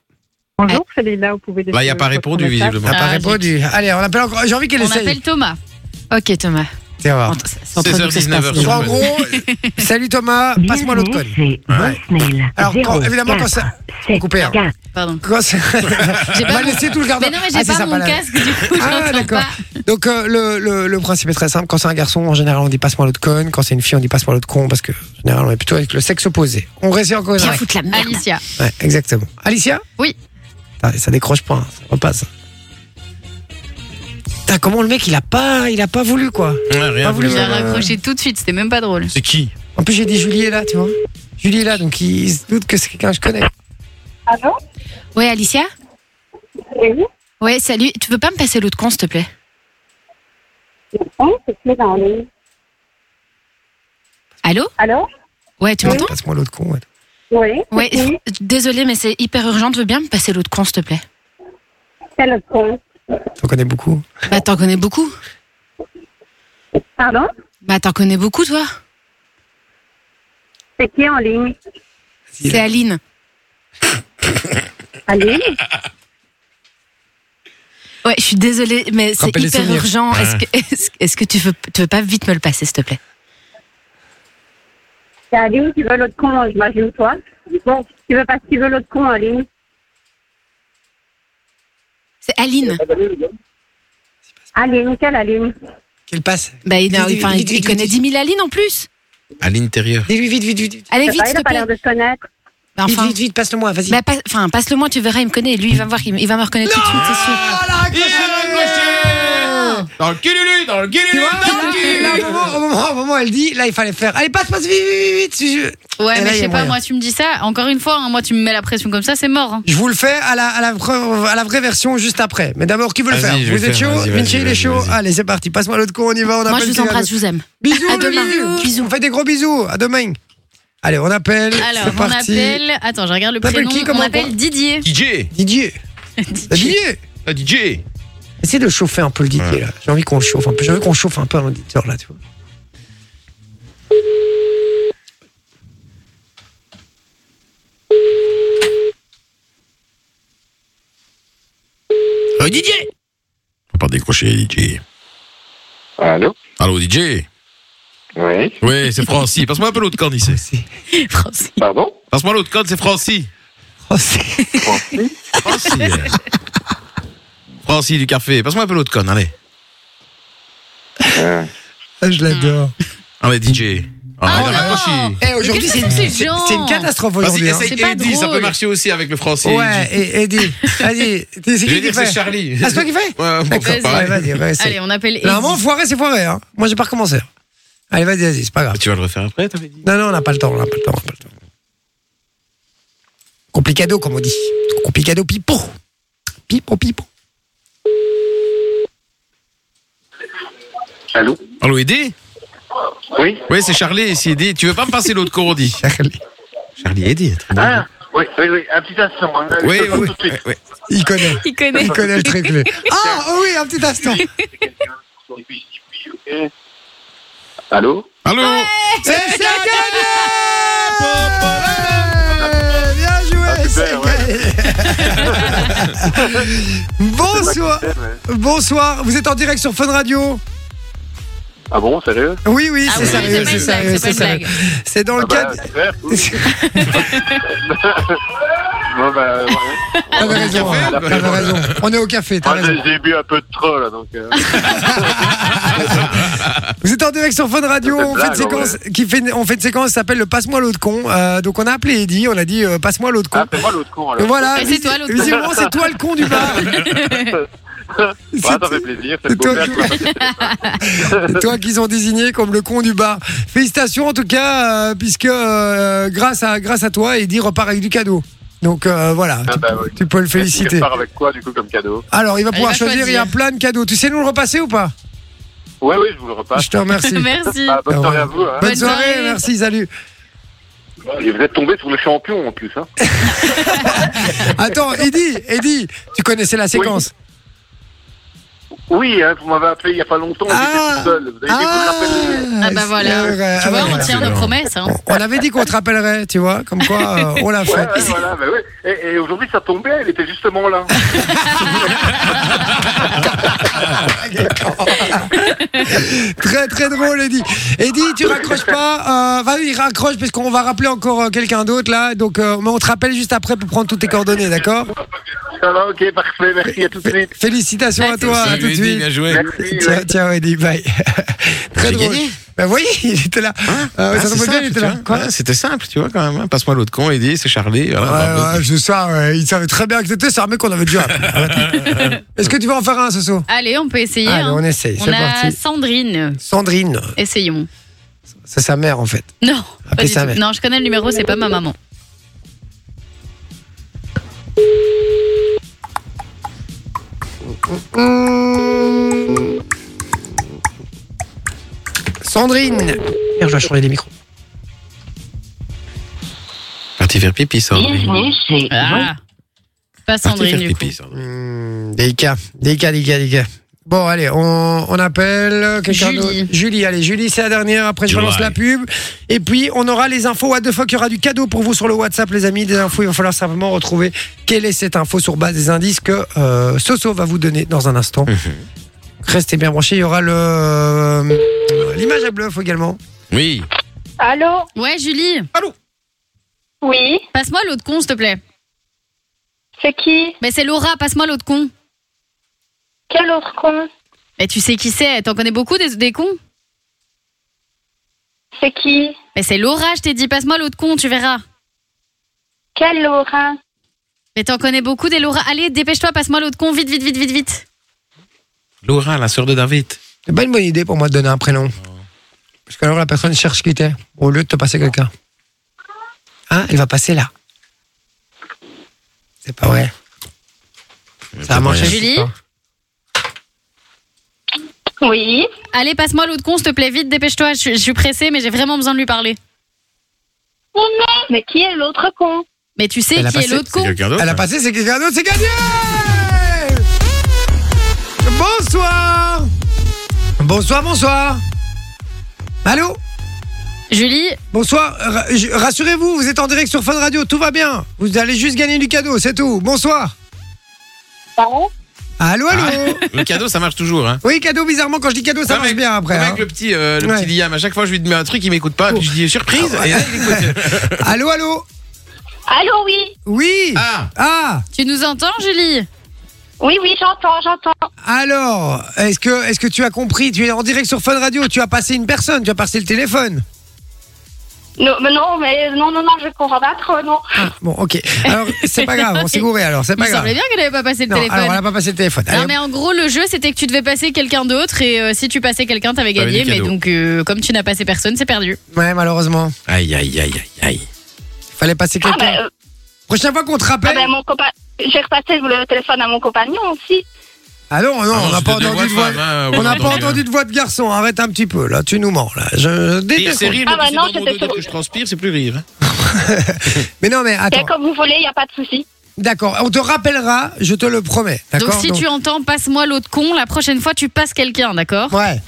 Speaker 9: Bonjour, c'est Leïla, vous pouvez
Speaker 7: Là, il n'y a pas répondu visiblement.
Speaker 1: Elle n'a pas
Speaker 2: Ah, zut.
Speaker 1: répondu. Allez, on appelle encore. J'ai envie qu'elle
Speaker 2: On
Speaker 1: essaye.
Speaker 2: appelle Thomas.
Speaker 8: Ok Thomas.
Speaker 1: Tiens, on va voir.
Speaker 8: Entre- c'est entre nous que ça se passe.
Speaker 7: 19h.
Speaker 1: Donc,
Speaker 7: Sur
Speaker 1: en
Speaker 7: le-
Speaker 1: gros, salut Thomas, passe-moi l'autre conne.
Speaker 4: C'est
Speaker 1: Ouais.
Speaker 4: voicemail.
Speaker 1: Alors, quand- évidemment, quand ça-
Speaker 4: C'est
Speaker 1: coupé, hein.
Speaker 2: Pardon.
Speaker 1: Quoi, c'est-
Speaker 2: J'ai
Speaker 1: On va
Speaker 2: pas mon-
Speaker 1: laisser tout le garde
Speaker 2: Mais non, mais j'ai
Speaker 1: Bah, Ah, c'est
Speaker 2: pas
Speaker 1: ça,
Speaker 2: mon
Speaker 1: la-
Speaker 2: casque, du coup,
Speaker 1: Ah,
Speaker 2: j'entends
Speaker 1: d'accord.
Speaker 2: pas.
Speaker 1: Donc, euh, le, le, le principe est très simple. Quand c'est un garçon, en général, on dit passe-moi l'autre conne. Quand c'est une fille, on dit passe-moi l'autre con. Parce que, en général, on est plutôt avec le sexe opposé. On reste encore
Speaker 8: Bien
Speaker 1: ouais.
Speaker 8: foutre la merde.
Speaker 2: Alicia.
Speaker 1: Ouais, exactement. Alicia
Speaker 2: Oui.
Speaker 1: Putain, ça décroche pas, hein, ça repasse. Putain, comment le mec, il a pas, il a pas voulu, quoi.
Speaker 7: Ouais, rien.
Speaker 1: Pas voulu.
Speaker 3: hein.
Speaker 2: J'ai
Speaker 1: euh,
Speaker 2: raccroché tout de suite, c'était même pas drôle.
Speaker 7: C'est qui
Speaker 1: En plus, j'ai dit Julie est là, tu vois. Julie est là, donc il se doute que c'est quelqu'un que je connais.
Speaker 8: Ah,
Speaker 4: Allô
Speaker 8: Ouais Alicia
Speaker 4: Oui,
Speaker 8: Ouais salut. Tu veux pas me passer l'autre con s'il te plaît
Speaker 4: on se met dans le...
Speaker 8: Allô
Speaker 4: Allô
Speaker 8: Ouais tu m'entends
Speaker 1: Passe-moi l'autre con. ouais.
Speaker 4: Oui,
Speaker 8: Ouais.
Speaker 4: Oui.
Speaker 8: f- Désolée mais c'est hyper urgent. Tu veux bien me passer l'autre con s'il te plaît
Speaker 4: c'est le con.
Speaker 1: T'en connais beaucoup.
Speaker 8: Bah t'en connais beaucoup.
Speaker 4: Pardon
Speaker 8: Bah t'en connais beaucoup toi.
Speaker 4: C'est qui en ligne
Speaker 1: Il-
Speaker 8: C'est Aline.
Speaker 4: <coughs> Aline
Speaker 8: Ouais je suis désolée mais c'est
Speaker 1: Rappelle les
Speaker 8: hyper
Speaker 1: souvenirs.
Speaker 8: urgent. Est-ce que, est-ce- est-ce que tu veux tu veux pas vite me le passer s'il te plaît
Speaker 4: C'est Aline qui veut l'autre con, j'imagine, toi. Bon, tu veux pas qui veut l'autre con en ligne
Speaker 8: C'est Aline.
Speaker 4: Aline, quelle Aline
Speaker 1: Qu'elle passe.
Speaker 8: Bah il,
Speaker 1: Dis- dis-
Speaker 8: enfin, il-
Speaker 1: dis- dis-
Speaker 8: il
Speaker 1: dis-
Speaker 8: connaît
Speaker 1: dis-
Speaker 8: 10 000 Aline en plus.
Speaker 7: À l'intérieur.
Speaker 1: Dis-lui vite, vite, vite, vite.
Speaker 8: Allez
Speaker 4: Je sais
Speaker 8: vite
Speaker 4: pas,
Speaker 8: s'il
Speaker 4: Il
Speaker 8: te
Speaker 4: a pas
Speaker 8: plaît.
Speaker 4: l'air de se connaître.
Speaker 8: Bah, enfin,
Speaker 1: Vite, vite, vite, passe-le-moi, vas-y.
Speaker 8: Bah, pas- enfin, passe-le moi, tu verras, il me connaît. Lui, il va voir, il, il va me reconnaître tout de suite, c'est sûr.
Speaker 5: Il est raccroché Dans le cululu, dans le
Speaker 1: Tu
Speaker 5: cululu,
Speaker 1: vois,
Speaker 5: dans le
Speaker 1: là, au
Speaker 5: cululu
Speaker 1: moment, au moment- au moment où elle dit, là, il fallait faire. Allez, passe, passe, vite, vite, vite, vite. Et
Speaker 2: Ouais,
Speaker 1: là,
Speaker 2: mais
Speaker 1: il y
Speaker 2: je
Speaker 1: a
Speaker 2: sais pas,
Speaker 1: moyen.
Speaker 2: moi tu me dis ça, encore une fois, hein, moi tu me mets la pression comme ça, c'est mort. hein.
Speaker 1: Je vous le fais à la, à la, vra- à la vraie version juste après. Mais d'abord, qui veut le
Speaker 7: Vas-y,
Speaker 1: faire
Speaker 7: je vais
Speaker 1: Vous
Speaker 7: le
Speaker 1: êtes
Speaker 7: faire,
Speaker 1: chaud
Speaker 7: vas-y, vas-y,
Speaker 1: Vinci, il est
Speaker 7: vas-y,
Speaker 1: chaud.
Speaker 7: vas-y.
Speaker 1: Allez, c'est parti. Passe-moi l'autre con, on y va. On
Speaker 8: Moi, je
Speaker 1: appelle
Speaker 8: vous
Speaker 1: quelqu'un
Speaker 8: embrasse, je vous aime.
Speaker 1: d'autre. Bisous,
Speaker 8: À
Speaker 1: le
Speaker 8: demain.
Speaker 1: bisou. On fait des gros bisous. À demain. Allez, on appelle.
Speaker 2: Alors,
Speaker 1: c'est
Speaker 2: on
Speaker 1: parti.
Speaker 2: appelle. Attends, je regarde le
Speaker 1: T'appelles
Speaker 2: prénom.
Speaker 1: qui,
Speaker 2: on
Speaker 1: comment, quoi
Speaker 2: appelle Didier.
Speaker 7: DJ
Speaker 8: <laughs>
Speaker 1: Didier. Didier.
Speaker 3: Euh,
Speaker 7: Ah, DJ
Speaker 1: Essaye de chauffer un peu le Didier,
Speaker 7: Ouais.
Speaker 1: là. J'ai envie qu'on le chauffe un peu. J'ai envie qu'on chauffe un peu un auditeur, là, tu vois.
Speaker 5: Euh,
Speaker 7: Oh, DJ Faut pas décrocher, DJ.
Speaker 6: Allô
Speaker 7: Allô, DJ
Speaker 6: Oui.
Speaker 7: Oui, c'est Francis. Passe-moi un peu l'autre corne ici.
Speaker 2: Francis.
Speaker 6: Pardon
Speaker 7: Passe-moi l'autre corne, c'est Francis.
Speaker 1: Oh, c'est-
Speaker 7: Francis. Francis du café. Passe-moi un peu l'autre corne, allez.
Speaker 6: Euh,
Speaker 1: Ah, Je l'adore.
Speaker 7: Allez, DJ. Ah, il a
Speaker 2: non.
Speaker 7: raccroché.
Speaker 1: Mm. Eh, aujourd'hui,
Speaker 2: qu'est-ce
Speaker 1: c'est
Speaker 2: que c'est que ces
Speaker 1: c'est-
Speaker 2: gens
Speaker 1: c'est une catastrophe
Speaker 7: Vas-y,
Speaker 1: aujourd'hui. hein.
Speaker 2: C'est
Speaker 7: essaye
Speaker 2: pas
Speaker 7: Eddie, ça
Speaker 2: drôle.
Speaker 7: peut marcher aussi avec le Francis.
Speaker 1: Ouais, et <laughs> Eddie, vas-y, c'est qui
Speaker 7: Je vais
Speaker 1: qui
Speaker 7: dire que
Speaker 1: fait
Speaker 7: c'est Charlie.
Speaker 1: Ah, c'est toi qui fais
Speaker 7: Ouais, bon,
Speaker 2: Vas-y.
Speaker 7: ça
Speaker 1: Ouais,
Speaker 7: pareil.
Speaker 1: vas-y, ouais, c'est-
Speaker 2: Allez, on appelle Eddie.
Speaker 1: Normalement, foiré, c'est foiré. Hein. Moi, j'ai pas recommencé. Allez, vas-y, vas-y, c'est pas grave.
Speaker 7: Ah, Tu vas le refaire après, t'avais dit
Speaker 1: Non, non, on n'a pas le temps, on n'a pas le temps, on n'a pas le temps. Complicado, comme on dit. Complicado, pipo. Pipo, pipo.
Speaker 6: Allô
Speaker 7: Allô, Eddie
Speaker 6: Oui
Speaker 7: Oui, c'est Charlie ici, Eddie. Tu veux pas me passer l'autre corps, dit
Speaker 1: Charlie.
Speaker 7: Charlie, Eddie. très bien.
Speaker 6: Ah Oui, oui, oui, un petit instant. hein.
Speaker 7: Oui,
Speaker 6: Je te
Speaker 7: oui,
Speaker 6: tout de suite.
Speaker 7: oui.
Speaker 1: Il connaît.
Speaker 2: Il connaît.
Speaker 1: Il connaît le <laughs> truc. lui. Ah, oh oui, un petit instant.
Speaker 6: Allô
Speaker 7: Allô
Speaker 1: C'est c'est gagné Bien joué,
Speaker 6: Ah,
Speaker 1: c'est
Speaker 6: super, ouais.
Speaker 2: <laughs>
Speaker 1: gagné. Bonsoir. Bonsoir, vous êtes en direct sur Fun Radio
Speaker 6: Ah bon, sérieux
Speaker 1: Oui, oui,
Speaker 2: Ah
Speaker 1: c'est
Speaker 2: oui, c'est pas
Speaker 1: sérieux,
Speaker 2: une
Speaker 1: c'est
Speaker 2: blague,
Speaker 1: sérieux,
Speaker 2: c'est pas
Speaker 1: c'est
Speaker 2: une
Speaker 1: sérieux.
Speaker 2: blague.
Speaker 1: C'est dans le
Speaker 6: Ah bah,
Speaker 1: cadre.
Speaker 6: super, <laughs> cool. Bon, bah, ouais.
Speaker 1: T'avais raison,
Speaker 7: café,
Speaker 1: hein,
Speaker 7: bah,
Speaker 1: t'avais raison. On est au café, t'as
Speaker 6: Moi,
Speaker 1: raison.
Speaker 6: j'ai- j'ai bu un peu de trop, là, donc... euh,
Speaker 1: Vous êtes en direct sur Fun Radio,
Speaker 6: C'est
Speaker 1: on fait,
Speaker 6: blague,
Speaker 1: une séquence, qui fait, une- on fait une séquence qui s'appelle le Passe-moi l'autre con. Euh, donc on a appelé Eddy, on a dit euh, Passe-moi l'autre con.
Speaker 6: Ah, c'est moi l'autre con,
Speaker 1: Et
Speaker 6: alors.
Speaker 1: voilà,
Speaker 2: Et c'est toi, l'autre con.
Speaker 1: visiblement c'est toi le con du
Speaker 2: <laughs>
Speaker 1: bar. <laughs>
Speaker 2: Bah,
Speaker 6: Ouais, ça fait plaisir, c'est le
Speaker 1: c'est toi
Speaker 6: beau-père qui m'a fait-
Speaker 1: <laughs> C'est toi qu'ils ont désigné comme le con du bar. Félicitations en tout cas, euh, puisque euh, grâce, à, grâce à toi, Eddy repart avec du cadeau. Donc euh, voilà,
Speaker 6: Ah
Speaker 1: tu,
Speaker 6: bah oui.
Speaker 1: tu peux le
Speaker 6: Il
Speaker 1: féliciter.
Speaker 6: part avec quoi, du coup, comme cadeau
Speaker 1: Alors il va
Speaker 2: Elle
Speaker 1: pouvoir
Speaker 2: va
Speaker 1: choisir, il y a
Speaker 2: choisir.
Speaker 1: plein de cadeaux. Tu sais nous le repasser ou pas
Speaker 6: Ouais, oui, je vous le repasse.
Speaker 1: Je te
Speaker 2: <laughs>
Speaker 1: remercie.
Speaker 2: Merci.
Speaker 6: Ah, Bah. bonne
Speaker 1: Ah,
Speaker 6: soirée
Speaker 1: ouais.
Speaker 6: à vous, hein.
Speaker 1: Bonne
Speaker 2: Bonne
Speaker 1: soirée,
Speaker 2: soirée.
Speaker 1: merci, salut.
Speaker 6: Et vous êtes tombé sur le champion, en plus, hein. <laughs>
Speaker 1: Attends, Eddy, Eddy, tu connaissais la séquence
Speaker 6: Oui, hein, vous m'avez appelé il n'y a pas longtemps,
Speaker 1: Ah.
Speaker 6: j'étais tout seul. Vous avez dit, vous vous rappelez
Speaker 2: Ah bah voilà.
Speaker 1: c'est vrai.
Speaker 2: Tu
Speaker 1: Ah
Speaker 2: vois,
Speaker 1: ouais.
Speaker 2: on tient nos promesses. hein.
Speaker 1: On avait dit qu'on te rappellerait, tu vois, comme quoi euh, on <laughs> l'a fait.
Speaker 6: Ouais, ouais, voilà, bah ouais. Et, et aujourd'hui, ça tombait, elle était justement là.
Speaker 1: <laughs> Très très drôle, Eddy. Eddy, tu raccroches pas. Euh, vas-y, raccroche parce qu'on va rappeler encore euh, quelqu'un d'autre là. Donc, euh, mais on te rappelle juste après pour prendre toutes tes coordonnées, d'accord
Speaker 6: Ça va, ok, parfait, merci, à tout de
Speaker 1: Fé-
Speaker 6: suite.
Speaker 1: Félicitations à toi, à tout de suite.
Speaker 7: Bien joué.
Speaker 6: Merci, ouais.
Speaker 1: Ciao, ciao, Eddy, bye. <laughs> très
Speaker 7: J'ai
Speaker 1: drôle.
Speaker 7: gagné.
Speaker 1: Bah oui, il était là. Euh,
Speaker 7: Ah,
Speaker 1: ça
Speaker 7: c'est
Speaker 1: tombe bien,
Speaker 7: simple,
Speaker 1: il était
Speaker 7: tu
Speaker 1: là.
Speaker 7: vois. Ah, bah,
Speaker 1: Quoi
Speaker 7: Ouais, C'était simple, tu vois, quand même. hein. Passe-moi l'autre con, Eddie, c'est Charlie. voilà, bravo.
Speaker 1: Ouais, ouais, je sais, ouais. il savait très bien que c'était, c'est un mec qu'on avait déjà. appelé. Est-ce que tu vas en faire un, Soso
Speaker 2: Allez, on peut essayer.
Speaker 1: Allez,
Speaker 2: hein.
Speaker 1: on essaye,
Speaker 2: On
Speaker 1: c'est
Speaker 2: a
Speaker 1: parti.
Speaker 2: Sandrine.
Speaker 1: Sandrine,
Speaker 2: Essayons.
Speaker 1: c'est sa mère en fait.
Speaker 2: Non,
Speaker 1: Appelez
Speaker 2: pas du
Speaker 1: sa
Speaker 2: tout.
Speaker 1: mère.
Speaker 2: Non, je connais le numéro, c'est pas ma maman.
Speaker 1: Sandrine Merde, je dois changer les micros.
Speaker 7: Parti faire pipi, Sandrine.
Speaker 4: chez
Speaker 2: Ah. Pas
Speaker 7: Parti faire
Speaker 2: Sandrine, du coup.
Speaker 7: pipi, Sandrine.
Speaker 1: Hmm, délicat, délicat, délicat, délicat. Bon, allez, on, on appelle quelqu'un
Speaker 2: Julie.
Speaker 1: d'autre. Julie, allez, Julie, c'est la dernière. Après, je
Speaker 7: Julie.
Speaker 1: relance la pub. Et puis, on aura les infos. What the fuck, il y aura du cadeau pour vous sur le WhatsApp, les amis. Des infos, il va falloir simplement retrouver quelle est cette info sur base des indices que euh, Soso va vous donner dans un instant. Restez bien branchés. Il y aura le euh, l'image à bluff également.
Speaker 7: Oui.
Speaker 4: Allô
Speaker 2: Ouais, Julie,
Speaker 4: Oui
Speaker 2: passe-moi l'autre con, s'il te plaît.
Speaker 4: C'est qui
Speaker 2: Mais c'est Laura, passe-moi l'autre con.
Speaker 4: Quel autre con
Speaker 2: Mais tu sais qui c'est T'en connais beaucoup des, des cons
Speaker 4: C'est qui
Speaker 2: Mais c'est Laura, je t'ai dit, passe-moi l'autre con, tu verras.
Speaker 4: Quel Laura
Speaker 2: Mais t'en connais beaucoup des Laura. Allez, dépêche-toi, passe-moi l'autre con, vite, vite, vite, vite, vite.
Speaker 7: Laura, la sœur de David.
Speaker 1: C'est pas une bonne idée pour moi de donner un prénom. Parce qu'alors la personne cherche qui t'es, au lieu de te passer quelqu'un. Hein Elle va passer là. C'est pas vrai. Ça a marché. c'est
Speaker 2: Julie
Speaker 1: pas.
Speaker 4: Oui
Speaker 2: Allez, passe-moi l'autre con, s'il te plaît, vite, dépêche-toi. Je, suis- je suis pressée, mais j'ai vraiment besoin de lui parler.
Speaker 4: Oh Mais qui est l'autre con
Speaker 2: Mais tu sais
Speaker 1: Elle a
Speaker 2: qui est
Speaker 1: passé,
Speaker 2: l'autre
Speaker 7: C'est
Speaker 2: con
Speaker 7: quelqu'un d'autre
Speaker 1: Elle a
Speaker 7: hein.
Speaker 1: passé, c'est quelqu'un d'autre, c'est gagné Bonsoir Bonsoir, bonsoir Allô
Speaker 2: Julie,
Speaker 1: Bonsoir, ra- je- rassurez-vous, vous êtes en direct sur Fun Radio, tout va bien. Vous allez juste gagner du cadeau, c'est tout. Bonsoir.
Speaker 4: Pardon
Speaker 1: Allô, allô
Speaker 7: Ah. Le cadeau, ça marche toujours. Hein.
Speaker 1: Oui, cadeau, bizarrement, quand je dis cadeau, ça
Speaker 7: Ouais,
Speaker 1: marche
Speaker 7: mais-
Speaker 1: bien après.
Speaker 7: Comme
Speaker 1: hein.
Speaker 7: Avec le petit, euh, le
Speaker 1: Ouais. Oh. Ah,
Speaker 7: petit Liam, à chaque fois je lui mets un truc, il m'écoute pas, puis je dis surprise, et là il écoute.
Speaker 1: Allô, allô
Speaker 4: Allô, oui
Speaker 1: Oui
Speaker 7: Ah
Speaker 1: Ah
Speaker 2: tu nous entends, Julie
Speaker 4: Oui, oui, j'entends, j'entends.
Speaker 1: Alors, est-ce que, est que tu as compris Tu es en direct sur Fun Radio, tu as passé une personne, tu as passé le téléphone.
Speaker 4: Non, mais non, mais non, non, non, je comprends pas trop, non.
Speaker 1: Ah, bon, ok. Alors, c'est pas grave, on s'est gouré alors, c'est
Speaker 2: Il
Speaker 1: pas grave.
Speaker 2: semblait bien qu'elle avait pas passé le
Speaker 1: Non,
Speaker 2: téléphone.
Speaker 1: alors, on n'a pas passé le téléphone.
Speaker 2: Non
Speaker 1: Allez,
Speaker 2: mais en gros le jeu c'était que tu devais passer quelqu'un d'autre et euh, si tu passais quelqu'un t'avais
Speaker 7: T'avais
Speaker 2: gagné
Speaker 7: des
Speaker 2: mais
Speaker 7: cadeaux.
Speaker 2: donc euh, comme tu n'as passé personne c'est perdu.
Speaker 1: Ouais, malheureusement.
Speaker 7: Aïe, aïe, aïe, aïe, aïe.
Speaker 1: Fallait passer
Speaker 4: Ah,
Speaker 1: quelqu'un.
Speaker 4: ben, euh,
Speaker 2: bah.
Speaker 1: Prochaine fois qu'on te
Speaker 4: ah,
Speaker 1: rappelle.
Speaker 4: ben, mon copain. J'ai repassé le téléphone à mon compagnon aussi.
Speaker 2: bah.
Speaker 1: Ah non, non,
Speaker 7: Ah non,
Speaker 1: on n'a
Speaker 7: c'est
Speaker 1: pas
Speaker 7: deux
Speaker 1: entendu de voix.
Speaker 7: voix de femme, hein,
Speaker 1: on
Speaker 7: on
Speaker 1: n'a
Speaker 7: a
Speaker 1: pas
Speaker 7: entendu,
Speaker 1: entendu de voix de garçon. Arrête un petit peu, là. Tu nous mens, là. Je, je
Speaker 7: Rire,
Speaker 1: déteste.
Speaker 7: euh, c'est rire,
Speaker 4: Ah bah
Speaker 7: mais c'est
Speaker 4: non,
Speaker 7: pas mon
Speaker 4: c'était
Speaker 7: dos, dès
Speaker 4: sur-
Speaker 7: que je transpire, c'est plus rire. hein.
Speaker 1: Mais non, mais
Speaker 4: Et
Speaker 1: attends.
Speaker 4: comme vous voulez, il n'y a pas de souci.
Speaker 1: D'accord. On te rappellera. Je te le promets. D'accord.
Speaker 2: Donc si tu entends passe-moi l'autre con la prochaine fois tu passes quelqu'un d'accord
Speaker 1: Ouais.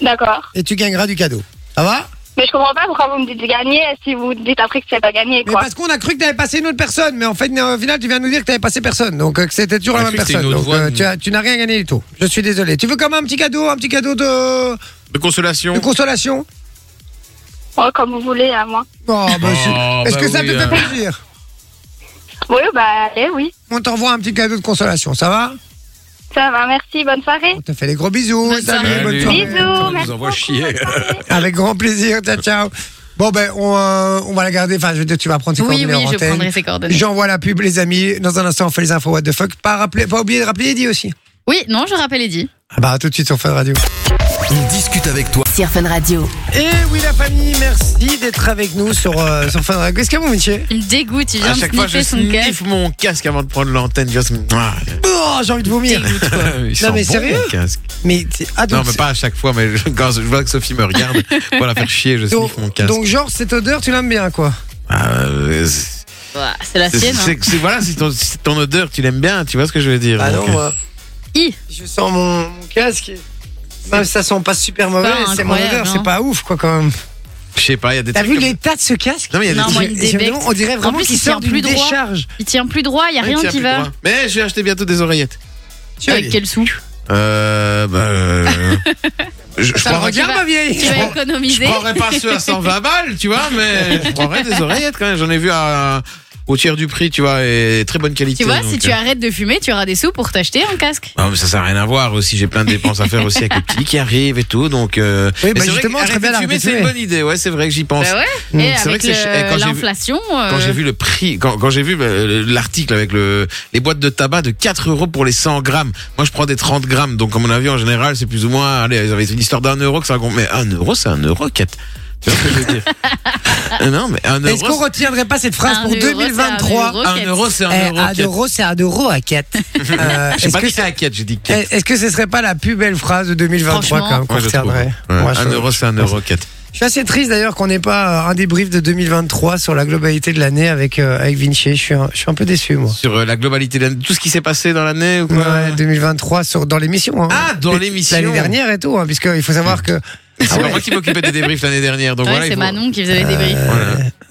Speaker 10: D'accord.
Speaker 1: et tu gagneras du cadeau. Ça va
Speaker 10: Mais je comprends pas pourquoi vous me dites de gagner si vous dites après que c'est pas gagné,
Speaker 1: Mais
Speaker 10: quoi.
Speaker 1: parce qu'on a cru que t'avais passé une autre personne, mais en fait, au final, tu viens de nous dire que t'avais passé personne, donc euh, que c'était toujours
Speaker 7: On a
Speaker 1: la même
Speaker 7: cru que c'était
Speaker 1: personne.
Speaker 7: une autre
Speaker 1: Donc, euh,
Speaker 7: voix,
Speaker 1: tu as- tu n'as rien gagné du tout. Je suis désolé. Tu veux quand même un petit cadeau, un petit cadeau de,
Speaker 7: De
Speaker 1: de
Speaker 7: consolation.
Speaker 1: consolation
Speaker 10: Oh, comme vous voulez, à moi.
Speaker 1: Oh, bah,
Speaker 7: Oh,
Speaker 1: si.
Speaker 7: bah
Speaker 1: Est-ce que ça
Speaker 7: oui,
Speaker 1: te
Speaker 7: euh.
Speaker 1: fait plaisir
Speaker 10: Oui, bah, allez, oui.
Speaker 1: On t'envoie un petit cadeau de consolation, ça va
Speaker 10: Ça va, merci, bonne soirée.
Speaker 1: On te fait des gros bisous.
Speaker 2: Bonne
Speaker 1: Salut,
Speaker 2: soirée.
Speaker 1: bonne
Speaker 7: Salut.
Speaker 1: soirée.
Speaker 10: Bisous, merci.
Speaker 7: nous envoie
Speaker 10: beaucoup,
Speaker 7: chier.
Speaker 10: bonne soirée.
Speaker 1: Avec grand plaisir. Ciao, ciao. Bon, ben, on, euh, on va la garder. Enfin, je veux dire, tu vas prendre ses
Speaker 2: Oui,
Speaker 1: coordonnées
Speaker 2: oui,
Speaker 1: en
Speaker 2: je
Speaker 1: antenne.
Speaker 2: prendrai ses coordonnées.
Speaker 1: J'envoie la pub, les amis. Dans un instant, on fait les infos. What the fuck. Pas, rappeler, pas oublier de rappeler Eddie aussi.
Speaker 2: Oui, non, je rappelle Eddie.
Speaker 1: Ah bah, à tout de suite sur Fun Radio.
Speaker 11: On discute avec toi.
Speaker 8: Sur Fun Radio.
Speaker 1: Et oui, la famille, merci d'être avec nous sur, euh, sur Fun Radio. Qu'est-ce qu'il y a, mon métier
Speaker 2: Il me dégoûte, il vient
Speaker 7: À
Speaker 2: de
Speaker 7: chaque fois, je
Speaker 2: sniffer son casque.
Speaker 7: sniffe mon casque avant de prendre l'antenne. Je ah, fais, Mouah. <laughs>
Speaker 1: Oh, j'ai envie de vomir.
Speaker 2: Dégoûte.
Speaker 7: Il sent
Speaker 1: mais
Speaker 7: bon,
Speaker 1: sérieux
Speaker 7: le casque.
Speaker 1: <laughs> Mais, t'es- ah, donc,
Speaker 7: Non, mais pas à chaque fois, mais je- quand je vois que Sophie
Speaker 1: <laughs>
Speaker 7: me regarde, pour la faire chier, je
Speaker 1: donc,
Speaker 7: sniffe mon casque.
Speaker 1: donc, genre, cette odeur, tu l'aimes bien, quoi.
Speaker 7: Ah, euh, c'est-
Speaker 2: Ouah, C'est la
Speaker 7: c'est-
Speaker 2: sienne. hein.
Speaker 7: c'est- c'est- Voilà, si ton, si ton odeur, tu l'aimes bien, tu vois ce que je veux dire.
Speaker 1: Ah
Speaker 7: donc,
Speaker 1: non, moi.
Speaker 2: Hi.
Speaker 1: Je sens mon, mon casque. et- Même si ça sent pas super mauvais,
Speaker 2: pas
Speaker 1: c'est mon
Speaker 2: incroyable,
Speaker 1: odeur,
Speaker 2: hein.
Speaker 1: c'est pas ouf, quoi, quand même.
Speaker 7: Je sais pas, il y a des
Speaker 1: T'as
Speaker 7: trucs
Speaker 1: vu
Speaker 7: comme-
Speaker 1: l'état de ce casque
Speaker 7: Non, mais il y a des
Speaker 2: Non,
Speaker 7: trucs.
Speaker 2: moi, il me débecte.
Speaker 1: Vraiment, On dirait
Speaker 2: En
Speaker 1: vraiment
Speaker 2: plus,
Speaker 1: qu'il
Speaker 2: il tient
Speaker 1: sort d'une
Speaker 2: plus droit.
Speaker 1: décharge.
Speaker 2: Il tient plus droit, il n'y a rien
Speaker 7: Ah, Tiens,
Speaker 2: qui
Speaker 7: plus
Speaker 2: va.
Speaker 7: droit. Mais je vais acheter bientôt des oreillettes.
Speaker 1: Tu vas
Speaker 2: Avec quel sou
Speaker 7: Euh. Bah. euh, je, je,
Speaker 1: Ça
Speaker 7: prendrais,
Speaker 1: regarde,
Speaker 2: vas-
Speaker 1: ma vieille
Speaker 2: Tu vas
Speaker 7: je
Speaker 2: économiser.
Speaker 7: prendrais pas ceux à 120 balles, tu vois, mais je prendrais des oreillettes quand même. J'en ai vu à- au tiers du prix, tu vois, et très bonne qualité.
Speaker 2: Tu vois,
Speaker 7: donc,
Speaker 2: si tu
Speaker 7: euh,
Speaker 2: arrêtes de fumer, tu auras des sous pour t'acheter un casque.
Speaker 7: Non, Ah, mais ça, ça n'a rien à voir aussi. J'ai plein de dépenses à faire aussi avec le petit qui arrive et tout. Donc, euh...
Speaker 1: Oui,
Speaker 7: mais
Speaker 1: bah,
Speaker 7: c'est vrai
Speaker 1: justement,
Speaker 7: que
Speaker 1: très bien
Speaker 7: arrêter
Speaker 1: l'arrêter
Speaker 7: de fumer,
Speaker 1: de
Speaker 7: c'est une
Speaker 1: fumer.
Speaker 7: bonne idée. Ouais, c'est vrai que j'y pense.
Speaker 2: Bah ouais.
Speaker 1: Mm.
Speaker 2: Et
Speaker 7: C'est vrai
Speaker 2: avec
Speaker 7: que c'est ch- eh,
Speaker 2: le-
Speaker 7: quand j'ai vu-
Speaker 2: l'inflation.
Speaker 7: Quand
Speaker 2: euh,
Speaker 7: j'ai vu le prix, quand, quand j'ai vu euh, l'article avec le, les boîtes de tabac de 4 euros pour les 100 grammes, moi je prends des 30 grammes, donc à mon avis en général c'est plus ou moins, allez, ils avaient une histoire d'un euro que ça compte, mais 1 euro c'est 1 euro, Kate. Tu vois ce que je
Speaker 2: <laughs>
Speaker 7: veux dire Euh, Non, mais 1
Speaker 1: Est-ce qu'on
Speaker 7: euro,
Speaker 1: retiendrait pas cette phrase
Speaker 2: un
Speaker 1: pour
Speaker 2: euro, c'est un
Speaker 1: 2023
Speaker 2: euro,
Speaker 7: c'est- un
Speaker 2: Kate.
Speaker 7: euro c'est 1
Speaker 1: Eh,
Speaker 7: euro,
Speaker 1: Un
Speaker 7: Kate.
Speaker 1: euro, c'est un euro à
Speaker 7: <laughs>
Speaker 1: 4.
Speaker 7: J'ai
Speaker 1: Est-ce
Speaker 7: pas
Speaker 1: que
Speaker 7: dit c'est à Kate, j'ai dit
Speaker 1: Eh,
Speaker 7: 4.
Speaker 1: Est-ce que ce serait pas la plus belle phrase de 2023
Speaker 2: Franchement.
Speaker 1: quand même qu'on retiendrait Moi, je-
Speaker 7: 1 euro c'est 1 euro, Kate.
Speaker 1: Je suis assez triste d'ailleurs qu'on n'ait pas euh, un débrief de 2023 sur la globalité de l'année avec, euh, avec Vinci. Je suis, un, je suis un peu déçu, moi.
Speaker 7: Sur euh, la globalité de l'année, tout ce qui s'est passé dans l'année ou quoi
Speaker 1: Ouais, 2023 sur, dans l'émission. hein.
Speaker 7: Ah, dans l'émission.
Speaker 1: L'année dernière et tout, hein, puisqu'il faut savoir que.
Speaker 7: C'est
Speaker 1: Ah
Speaker 7: pas
Speaker 1: ouais.
Speaker 7: moi qui m'occupais des débriefs l'année dernière, donc
Speaker 2: Ouais,
Speaker 7: voilà. il
Speaker 2: c'est
Speaker 7: faut- Euh,
Speaker 2: Manon qui faisait les débriefs.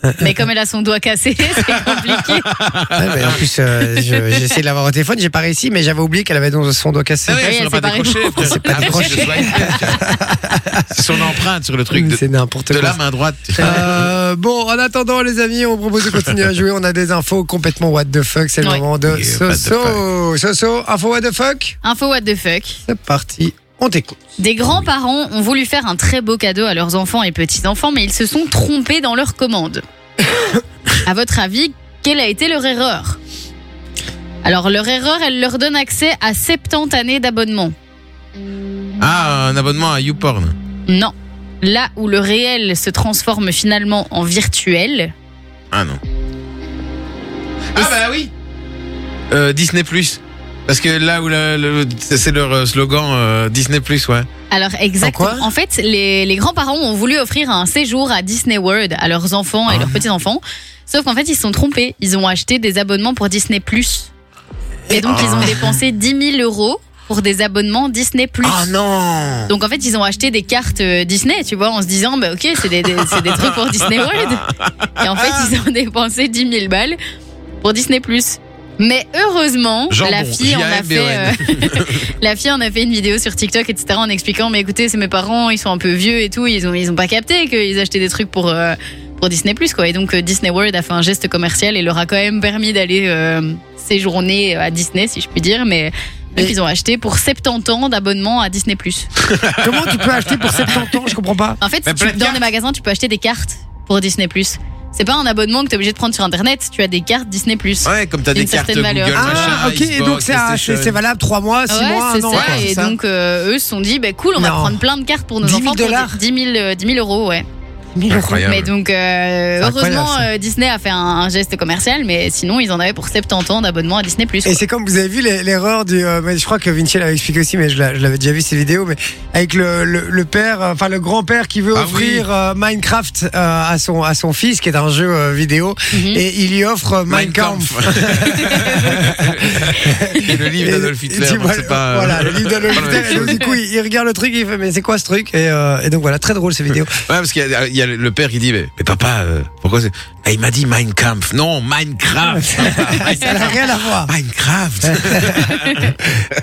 Speaker 7: Voilà.
Speaker 2: Mais comme elle a son doigt cassé, <laughs> c'est compliqué.
Speaker 1: Ouais, mais en plus, euh, je- j'ai essayé de l'avoir au téléphone, j'ai pas réussi, mais j'avais oublié qu'elle avait dans son doigt cassé.
Speaker 7: Ah
Speaker 2: Oui,
Speaker 7: oui,
Speaker 2: elle
Speaker 7: elle
Speaker 2: s'est
Speaker 7: pas
Speaker 2: pas
Speaker 7: décroché.
Speaker 2: <laughs> répondue.
Speaker 7: frère.
Speaker 1: pas
Speaker 7: Ah,
Speaker 1: décroché.
Speaker 7: je vois une- C'est son empreinte sur le truc de,
Speaker 1: C'est n'importe
Speaker 7: de
Speaker 1: quoi.
Speaker 7: la main droite.
Speaker 1: Euh, bon, en attendant, les amis, on propose de continuer à jouer. On a des infos complètement what the fuck. C'est le
Speaker 2: Ouais.
Speaker 1: moment de
Speaker 7: Yeah, what the
Speaker 1: Soso. Soso, info what the fuck
Speaker 2: Info what the fuck.
Speaker 1: C'est parti, on t'écoute.
Speaker 2: Des grands-parents ont voulu faire un très beau cadeau à leurs enfants et petits-enfants, mais ils se sont trompés dans leur commande. à votre avis, quelle a été leur erreur Alors, leur erreur, elle leur donne accès à 70 années d'abonnement.
Speaker 7: Ah, un abonnement à YouPorn.
Speaker 2: Non. Là où le réel se transforme finalement en virtuel,
Speaker 7: Ah non. Ah bah oui. Euh, Disney Plus. Parce que là où la- le- c'est leur euh, slogan euh, Disney Plus, ouais.
Speaker 2: Alors exactement.
Speaker 1: En quoi
Speaker 2: En fait, les, les grands-parents ont voulu offrir un séjour à Disney World à leurs enfants et leurs petits-enfants. Sauf qu'en fait, ils se sont trompés. Ils ont acheté des abonnements pour Disney Plus. Et donc, ils ont dépensé 10 000 euros pour des abonnements Disney Plus.
Speaker 7: Ah, non.
Speaker 2: Donc en fait, ils ont acheté des cartes euh, Disney, tu vois, en se disant, bah, ok, c'est des, des- c'est des trucs pour Disney World. Et en fait, ils ont <laughs> dépensé 10 000 balles pour Disney Plus. Mais heureusement,
Speaker 7: Jambon,
Speaker 2: la fille en a fait,
Speaker 7: J-A-M-B-O-N.
Speaker 2: euh, <laughs> la fille en a fait une vidéo sur TikTok, etc., en expliquant, mais écoutez, c'est mes parents, ils sont un peu vieux et tout, ils ont, ils ont pas capté qu'ils achetaient des trucs pour, euh, pour Disney Plus, quoi. Et donc, euh, Disney World a fait un geste commercial et leur a quand même permis d'aller euh, séjourner à Disney, si je puis dire, mais donc, ils ont acheté pour 70 ans d'abonnement à Disney Plus.
Speaker 1: Comment tu peux acheter pour 70 ans Je comprends
Speaker 7: <laughs>
Speaker 1: pas.
Speaker 2: En fait,
Speaker 7: Mais
Speaker 2: si tu-
Speaker 7: plein de
Speaker 2: dans
Speaker 7: cartes.
Speaker 2: les magasins, tu peux acheter des cartes pour Disney+. C'est pas un abonnement que t'es obligé de prendre sur Internet. Tu as des cartes Disney+.
Speaker 7: Ouais, comme t'as
Speaker 2: Une
Speaker 7: des cartes
Speaker 2: certaine
Speaker 7: Google,
Speaker 2: valeur.
Speaker 7: machin,
Speaker 1: Ah, ok,
Speaker 7: Xbox,
Speaker 1: donc c'est un- c'est
Speaker 7: PlayStation.
Speaker 1: c'est valable 3 mois, 6
Speaker 2: ouais,
Speaker 1: mois,
Speaker 2: c'est
Speaker 1: un an.
Speaker 2: ça.
Speaker 1: quoi, c'est
Speaker 2: et
Speaker 1: ça
Speaker 2: donc, euh, eux se sont dit, bah, cool, on va
Speaker 1: Non.
Speaker 2: prendre plein de cartes pour nos
Speaker 1: 10 000
Speaker 2: enfants pour
Speaker 1: dollars.
Speaker 2: 10 000, euh, 10 000 euros, ouais.
Speaker 7: Incroyable.
Speaker 2: Mais donc, euh,
Speaker 1: incroyable,
Speaker 2: heureusement,
Speaker 1: ça.
Speaker 2: euh, Disney a fait un, un geste commercial, mais sinon, ils en avaient pour 70 ans d'abonnement à Disney.
Speaker 1: Et c'est comme vous avez vu les- l'erreur du. euh, mais je crois que Vinci l'avait expliqué aussi, mais je l'a- je l'avais déjà vu ces vidéos. Mais avec le, le, le père, euh, enfin le grand-père qui veut
Speaker 7: Ah
Speaker 1: offrir euh, Minecraft euh, à son à son fils, qui est un jeu euh, vidéo,
Speaker 2: Mmh. Mhm.
Speaker 1: et il lui offre euh, Mein Kampf.
Speaker 7: <laughs> Et le livre
Speaker 1: Et-
Speaker 7: d'Adolf Hitler.
Speaker 1: et tu
Speaker 7: donc
Speaker 1: vois,
Speaker 7: c'est pas, euh,
Speaker 1: Voilà, le livre d'Adolf
Speaker 7: pas la même
Speaker 1: Hitler. Et donc,
Speaker 7: chose.
Speaker 1: du coup, il, il regarde le truc, il fait mais c'est quoi ce truc et, euh, et donc voilà, très drôle ces
Speaker 7: <laughs>
Speaker 1: vidéos.
Speaker 7: Ouais, parce qu'il y, a- il y a le père qui dit mais, mais papa euh, pourquoi c'est Ah, il m'a dit Mein Kampf non Minecraft
Speaker 1: <laughs> Ça n'a rien à voir.
Speaker 7: Minecraft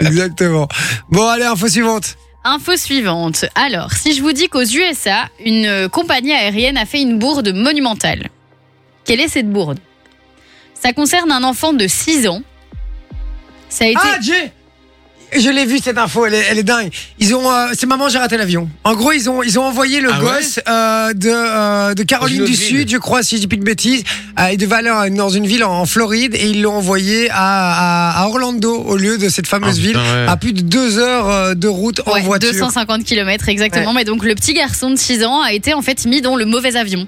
Speaker 1: Exactement. Bon, allez, info suivante.
Speaker 2: Info suivante. Alors, si je vous dis qu'aux USA, une euh, compagnie aérienne a fait une bourde monumentale. Quelle est cette bourde Ça concerne un enfant de 6 ans. Ça a été.
Speaker 1: Ah, Jay Je l'ai vu cette info, elle est, elle est dingue. Ils ont, euh, c'est maman, j'ai raté l'avion. En gros, ils ont, ils ont envoyé le
Speaker 7: Ah ouais
Speaker 1: gosse euh, de, euh, de Caroline
Speaker 7: Dans une
Speaker 1: du
Speaker 7: autre ville.
Speaker 1: Sud, je crois, si je dis plus de bêtises. Euh, il devait aller en- dans une ville en, en Floride et ils l'ont envoyé à, à, à Orlando au lieu de cette fameuse
Speaker 7: Ah,
Speaker 1: ville
Speaker 7: putain, ouais.
Speaker 1: à plus de deux heures euh, de route
Speaker 2: Ouais,
Speaker 1: en voiture.
Speaker 2: 250 km exactement. Mais donc le petit garçon de 6 ans a été en fait mis dans le mauvais avion.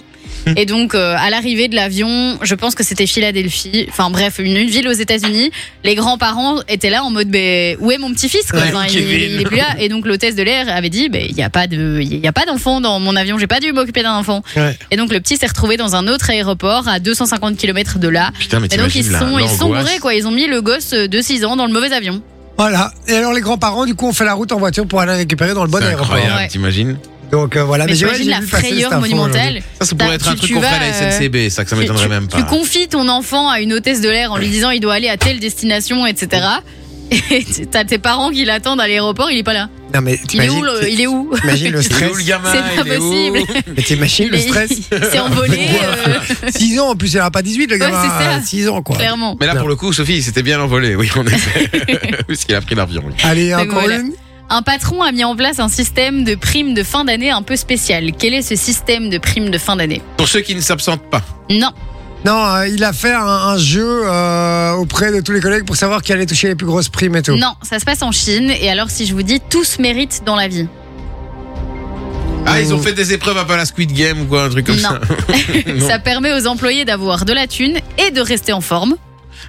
Speaker 2: Et donc euh, à l'arrivée de l'avion, je pense que c'était Philadelphie, enfin bref, une, une ville aux États-Unis, les grands-parents étaient là en mode ben, où est mon petit-fils quoi
Speaker 7: Ouais,
Speaker 2: Enfin, il,
Speaker 7: Kevin.
Speaker 2: il est plus là et donc l'hôtesse de l'air avait dit ben il n'y a pas de il y a pas d'enfant dans mon avion, j'ai pas dû m'occuper d'un enfant.
Speaker 1: Ouais.
Speaker 2: Et donc le petit s'est retrouvé dans un autre aéroport à 250 km de là.
Speaker 7: putain mais
Speaker 2: Et donc ils
Speaker 7: t'imagines la-
Speaker 2: sont ils sont
Speaker 7: l'angoisse.
Speaker 2: bourrés quoi, ils ont mis le gosse de 6 ans dans le mauvais avion.
Speaker 1: Voilà. Et alors les grands-parents, du coup, ont fait la route en voiture pour aller récupérer dans le bon
Speaker 7: c'est
Speaker 1: aéroport.
Speaker 7: incroyable
Speaker 2: Ouais.
Speaker 7: t'imagines
Speaker 1: Donc euh, voilà.
Speaker 2: Mais
Speaker 1: j'ai-
Speaker 2: j'imagine
Speaker 1: j'ai
Speaker 2: la
Speaker 1: vu passer cette
Speaker 2: frayeur
Speaker 1: info hein.
Speaker 2: monumentale.
Speaker 7: ça ça pourrait
Speaker 2: Bah,
Speaker 7: être un
Speaker 2: tu-
Speaker 7: truc
Speaker 2: tu
Speaker 7: qu'on ferait
Speaker 2: vas,
Speaker 7: à la SNCB ça que ça
Speaker 2: Tu-
Speaker 7: m'étonnerait
Speaker 2: tu-
Speaker 7: même pas
Speaker 2: Tu confies ton enfant à une hôtesse de l'air en lui disant il doit aller à telle destination, etc. Et t- t'as tes parents qui l'attendent à l'aéroport, il est pas là.
Speaker 1: aujourd'hui. Non mais
Speaker 2: Il est
Speaker 1: t'imagines,
Speaker 2: où le- <laughs> Il est où
Speaker 1: t'imagines le
Speaker 7: Il est
Speaker 1: stress.
Speaker 7: où le gamin
Speaker 2: C'est pas
Speaker 7: Il est où
Speaker 2: possible.
Speaker 1: Mais t'imagines
Speaker 2: Il
Speaker 1: le
Speaker 2: est-
Speaker 1: stress.
Speaker 2: <laughs> il s'est envolé, euh,
Speaker 1: 6 ans en plus, elle a pas 18 le
Speaker 2: Ouais,
Speaker 1: gamin.
Speaker 2: c'est ça.
Speaker 1: 6 ans quoi.
Speaker 2: clairement.
Speaker 7: <laughs> mais là pour le coup Sophie c'était bien envolé oui en effet
Speaker 2: <laughs>
Speaker 7: puisqu'il a pris l'avion oui.
Speaker 1: Allez,
Speaker 2: Donc
Speaker 1: encore
Speaker 2: voilà.
Speaker 1: une.
Speaker 2: Un patron a mis en place un système de primes de fin d'année un peu spécial. Quel est ce système de primes de fin d'année
Speaker 7: pour ceux qui ne s'absentent pas
Speaker 2: Non,
Speaker 1: Non, euh, il a fait un, un jeu euh, auprès de tous les collègues pour savoir qui allait toucher les plus grosses primes et tout.
Speaker 2: non, ça se passe en Chine. Et alors si je vous dis tous méritent dans la vie.
Speaker 1: Oh.
Speaker 7: ah ils ont fait des épreuves à pas la Squid Game ou quoi un truc comme
Speaker 2: Non.
Speaker 7: ça Non.
Speaker 2: Ça permet aux employés d'avoir de la thune et de rester en forme.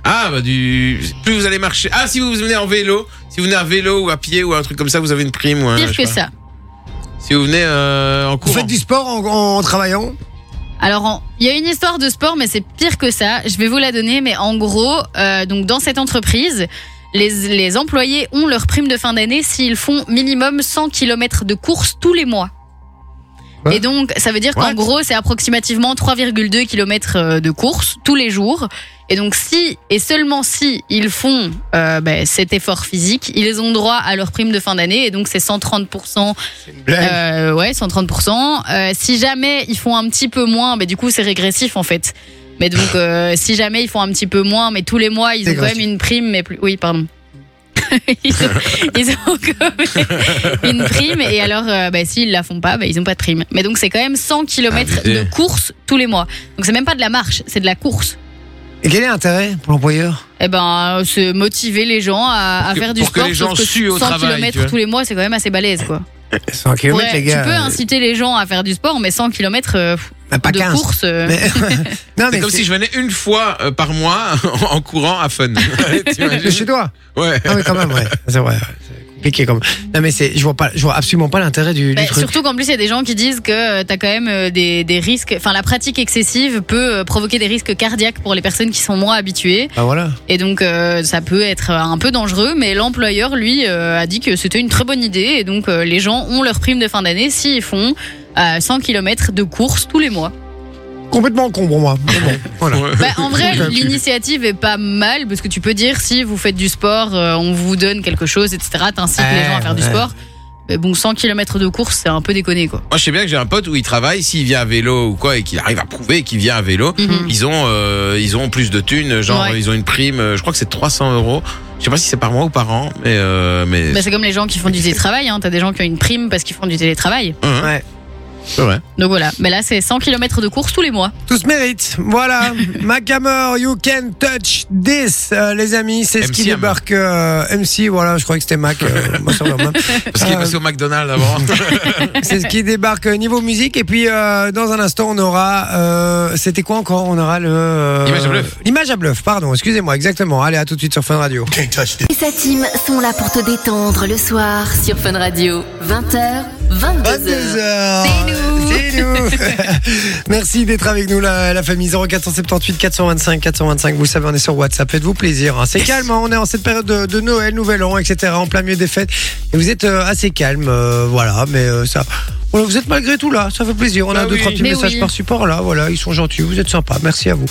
Speaker 7: Ah bah du plus vous allez marcher. Ah si vous venez en vélo, si vous venez à vélo ou à pied ou un truc comme ça, vous avez une prime ou un.
Speaker 2: Pire
Speaker 7: je sais
Speaker 2: que
Speaker 7: pas.
Speaker 2: ça.
Speaker 7: Si vous venez euh, en
Speaker 1: Vous
Speaker 7: courant.
Speaker 1: faites du sport en, en travaillant
Speaker 2: Alors, en- il y a une histoire de sport, mais c'est pire que ça. Je vais vous la donner, mais en gros, euh, donc dans cette entreprise, les, les employés ont leur prime de fin d'année s'ils font minimum 100 km de course tous les mois.
Speaker 1: Quoi
Speaker 2: Et donc, ça veut dire
Speaker 7: What
Speaker 2: qu'en gros, c'est approximativement 3,2 km euh, de course tous les jours. Et donc, si et seulement si ils font euh, ben, cet effort physique, ils ont droit à leur prime de fin d'année. Et donc, c'est 130
Speaker 7: Ah
Speaker 2: euh, ouais, 130%. Euh, si jamais ils font un petit peu moins, bah, du coup, c'est régressif en fait. Mais donc, euh, <laughs> si jamais ils font un petit peu moins, mais tous les mois, ils ont quand
Speaker 1: Dégressif.
Speaker 2: même une prime, mais plus. Oui, pardon. <laughs> ils, ont,
Speaker 7: <laughs>
Speaker 2: ils ont quand même une prime, et alors, euh, bah, s'ils la font pas, bah, ils ont pas de prime. Mais donc, c'est quand même 100 km
Speaker 7: Abusé.
Speaker 2: de course tous les mois. Donc, c'est même pas de la marche, c'est de la course.
Speaker 1: Et quel est l'intérêt pour l'employeur
Speaker 2: Et ben, euh, se motiver les gens à, à
Speaker 7: Pour que-
Speaker 2: faire du
Speaker 7: pour que
Speaker 2: sport.
Speaker 7: les gens
Speaker 2: sauf que
Speaker 7: suent au
Speaker 2: 100
Speaker 7: travail, tu vois.
Speaker 2: km tous les mois, c'est quand même assez balèze, quoi.
Speaker 1: 100 km,
Speaker 2: Ouais,
Speaker 1: les gars.
Speaker 2: Tu peux inciter les gens à faire du sport, mais 100 km
Speaker 1: Mais Bah, pas
Speaker 2: de
Speaker 1: 15.
Speaker 2: course. euh,
Speaker 1: Mais- <laughs> non,
Speaker 7: C'est
Speaker 1: mais
Speaker 7: comme si je venais une fois euh, par mois <laughs> en courant
Speaker 1: <laughs>
Speaker 7: à Fun.
Speaker 1: de chez
Speaker 7: <laughs> T'imagines
Speaker 1: toi.
Speaker 7: ouais.
Speaker 1: Non, mais Ah quand
Speaker 7: <laughs>
Speaker 1: même, ouais. C'est vrai. ouais. C'est compliqué comme. Non, mais c'est, je vois pas, je vois absolument pas l'intérêt du, du
Speaker 2: bah,
Speaker 1: truc.
Speaker 2: surtout qu'en plus, il y a des gens qui disent que tu as quand même euh, des, des risques. Enfin, la pratique excessive peut euh, provoquer des risques cardiaques pour les personnes qui sont moins habituées.
Speaker 1: Bah voilà.
Speaker 2: Et donc, euh, ça peut être euh, un peu dangereux. Mais l'employeur, lui, euh, a dit que c'était une très bonne idée. Et donc, euh, les gens ont leur prime de fin d'année s'ils font euh, 100 km de course tous les mois.
Speaker 1: Complètement con pour moi. Mais bon,
Speaker 7: <laughs>
Speaker 1: voilà.
Speaker 7: Ouais.
Speaker 2: Bah,
Speaker 1: <laughs>
Speaker 2: en vrai,
Speaker 1: J'appuie.
Speaker 2: l'initiative est pas mal parce que tu peux dire si vous faites du sport, euh, on vous donne quelque chose, etc. T'incites
Speaker 1: Ouais,
Speaker 2: les gens à faire du
Speaker 1: ouais.
Speaker 2: sport. Mais bon, 100 km de course, c'est un peu déconné quoi.
Speaker 7: Moi je sais bien que j'ai un pote où il travaille, s'il vient à vélo ou quoi et qu'il arrive à prouver qu'il vient à vélo,
Speaker 2: Mhm.
Speaker 7: ils ont euh, ils ont plus de thunes, genre
Speaker 2: Ouais.
Speaker 7: ils ont une prime, euh, je crois que c'est 300 euros. Je sais pas si c'est par mois ou par an, mais euh, mais
Speaker 2: Bah, c'est comme les gens qui font du télétravail. Hein. T'as des gens qui ont une prime parce qu'ils font du télétravail.
Speaker 7: Hein, hein.
Speaker 1: Ouais.
Speaker 7: C'est vrai.
Speaker 2: Donc voilà. Mais là, c'est 100 km de course tous les mois.
Speaker 1: Tout se mérite. Voilà. Macamor, you can touch this, euh, les amis. C'est ce qui
Speaker 7: MCM.
Speaker 1: débarque. euh, MC, voilà, je croyais que c'était Mac.
Speaker 7: <laughs>
Speaker 1: euh, moi, ça va, moi.
Speaker 7: Parce qu'il est passé au McDonald's
Speaker 2: <laughs>
Speaker 7: avant.
Speaker 1: C'est ce qui débarque euh, niveau musique. Et puis, euh, dans un instant, on aura. euh, C'était quoi encore On aura le. euh,
Speaker 7: Image à bluff.
Speaker 1: L'image à bluff, pardon, excusez-moi, exactement. Allez, à tout de suite sur Fun Radio.
Speaker 12: Et sa team sont là pour te détendre le soir sur Fun Radio. 20h, 22h.
Speaker 1: 22h. C'est nous. Merci d'être avec nous, la, la famille 0478 425 425. Vous savez, on est sur WhatsApp. Faites-vous plaisir. hein. C'est calme. hein. On est en cette période de, de Noël, Nouvel An, etc. En plein milieu des fêtes. Et vous êtes euh, assez calme. euh, voilà, mais euh, ça. voilà, vous êtes malgré tout là, ça fait plaisir. On a
Speaker 3: Bah
Speaker 1: deux
Speaker 3: oui.
Speaker 1: trois petits
Speaker 2: Mais
Speaker 1: messages
Speaker 2: oui.
Speaker 1: par support là, voilà, ils sont gentils, vous êtes sympas, merci à vous.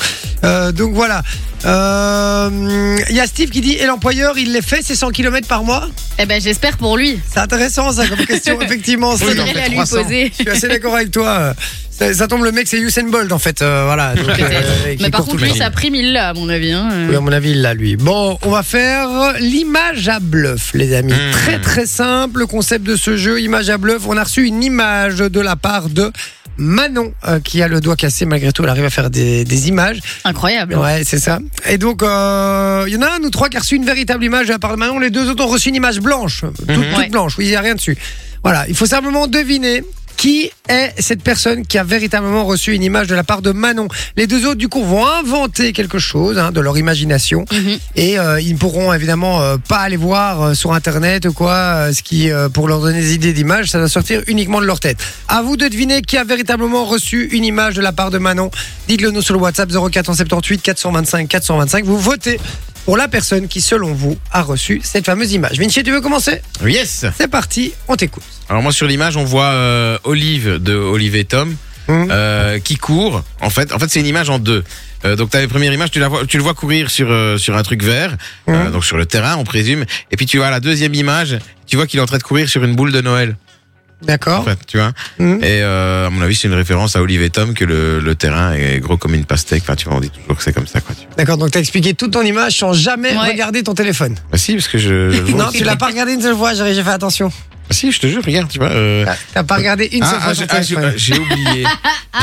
Speaker 1: Euh, donc voilà, Euh, il y a Steve qui dit et l'employeur il les fait, c'est 100 km par mois.
Speaker 2: Eh ben, j'espère pour lui.
Speaker 1: C'est intéressant ça comme question, effectivement.
Speaker 2: Je
Speaker 1: Steve.
Speaker 7: en fait
Speaker 2: à lui
Speaker 7: 300.
Speaker 2: poser.
Speaker 1: Je suis assez d'accord avec toi. Ça, ça tombe le mec, c'est Usain Bolt en fait. euh, voilà. Donc, euh, qui
Speaker 2: Mais par
Speaker 1: court tout
Speaker 2: contre,
Speaker 1: le
Speaker 2: lui,
Speaker 1: temps.
Speaker 2: sa prime, il l'a, à mon avis. hein.
Speaker 1: Oui, à mon avis, il l'a lui. Bon, on va faire l'image à bluff, les amis.
Speaker 7: Mmh.
Speaker 1: Très très simple le concept de ce jeu, image à bluff. On a reçu une image de la part de Manon euh, qui a le doigt cassé malgré tout. Elle arrive à faire des, des images.
Speaker 2: Incroyable.
Speaker 1: Ouais, c'est ça. Et donc, euh, il y en a un ou trois qui a reçu une véritable image de la part de Manon. Les deux autres ont reçu une image blanche, toute, toute
Speaker 2: Mhm. Ouais.
Speaker 1: blanche. Oui, il n'y a rien dessus. Voilà, il faut simplement deviner. Qui est cette personne qui a véritablement reçu une image de la part de Manon Les deux autres, du coup, vont inventer quelque chose hein, de leur imagination
Speaker 2: Mhm.
Speaker 1: et euh, ils ne pourront évidemment euh, pas aller voir euh, sur internet ou quoi, euh, ce qui euh, pour leur donner des idées d'images, ça va sortir uniquement de leur tête. À vous de deviner qui a véritablement reçu une image de la part de Manon. Dites-le nous sur le WhatsApp 0478 425 425. Vous votez pour la personne qui, selon vous, a reçu cette fameuse image. Vinci, tu veux commencer
Speaker 7: Yes.
Speaker 1: C'est parti, on t'écoute.
Speaker 7: Alors moi sur l'image on voit euh, Olive de Olive et Tom
Speaker 1: Mhm.
Speaker 7: euh, qui court. En fait, en fait c'est une image en deux. Euh, donc t'as la première image, tu la vois, tu le vois courir sur euh, sur un truc vert, euh,
Speaker 1: Mhm.
Speaker 7: donc sur le terrain on présume. Et puis tu vois la deuxième image, tu vois qu'il est en train de courir sur une boule de Noël. En
Speaker 1: D'accord.
Speaker 7: fait, tu vois.
Speaker 1: Mhm.
Speaker 7: Et euh, à mon avis c'est une référence à Olive et Tom que le, le terrain est gros comme une pastèque. Enfin tu vois on dit toujours que c'est comme ça quoi. tu vois.
Speaker 1: D'accord, donc t'as expliqué toute ton image sans jamais
Speaker 2: Ouais.
Speaker 1: regarder ton téléphone.
Speaker 7: Bah si parce que je.
Speaker 1: <laughs>
Speaker 7: je le vois
Speaker 1: Non,
Speaker 7: aussi,
Speaker 1: tu l'as
Speaker 7: quoi.
Speaker 1: pas regardé une seule fois, j'ai j'ai fait attention.
Speaker 7: Bah si je te jure regarde tu vois. euh,
Speaker 1: T'as pas regardé une seule fois ton
Speaker 7: Ah, ah, j'ai- ah, j'ai
Speaker 1: téléphone.
Speaker 7: euh, j'ai oublié.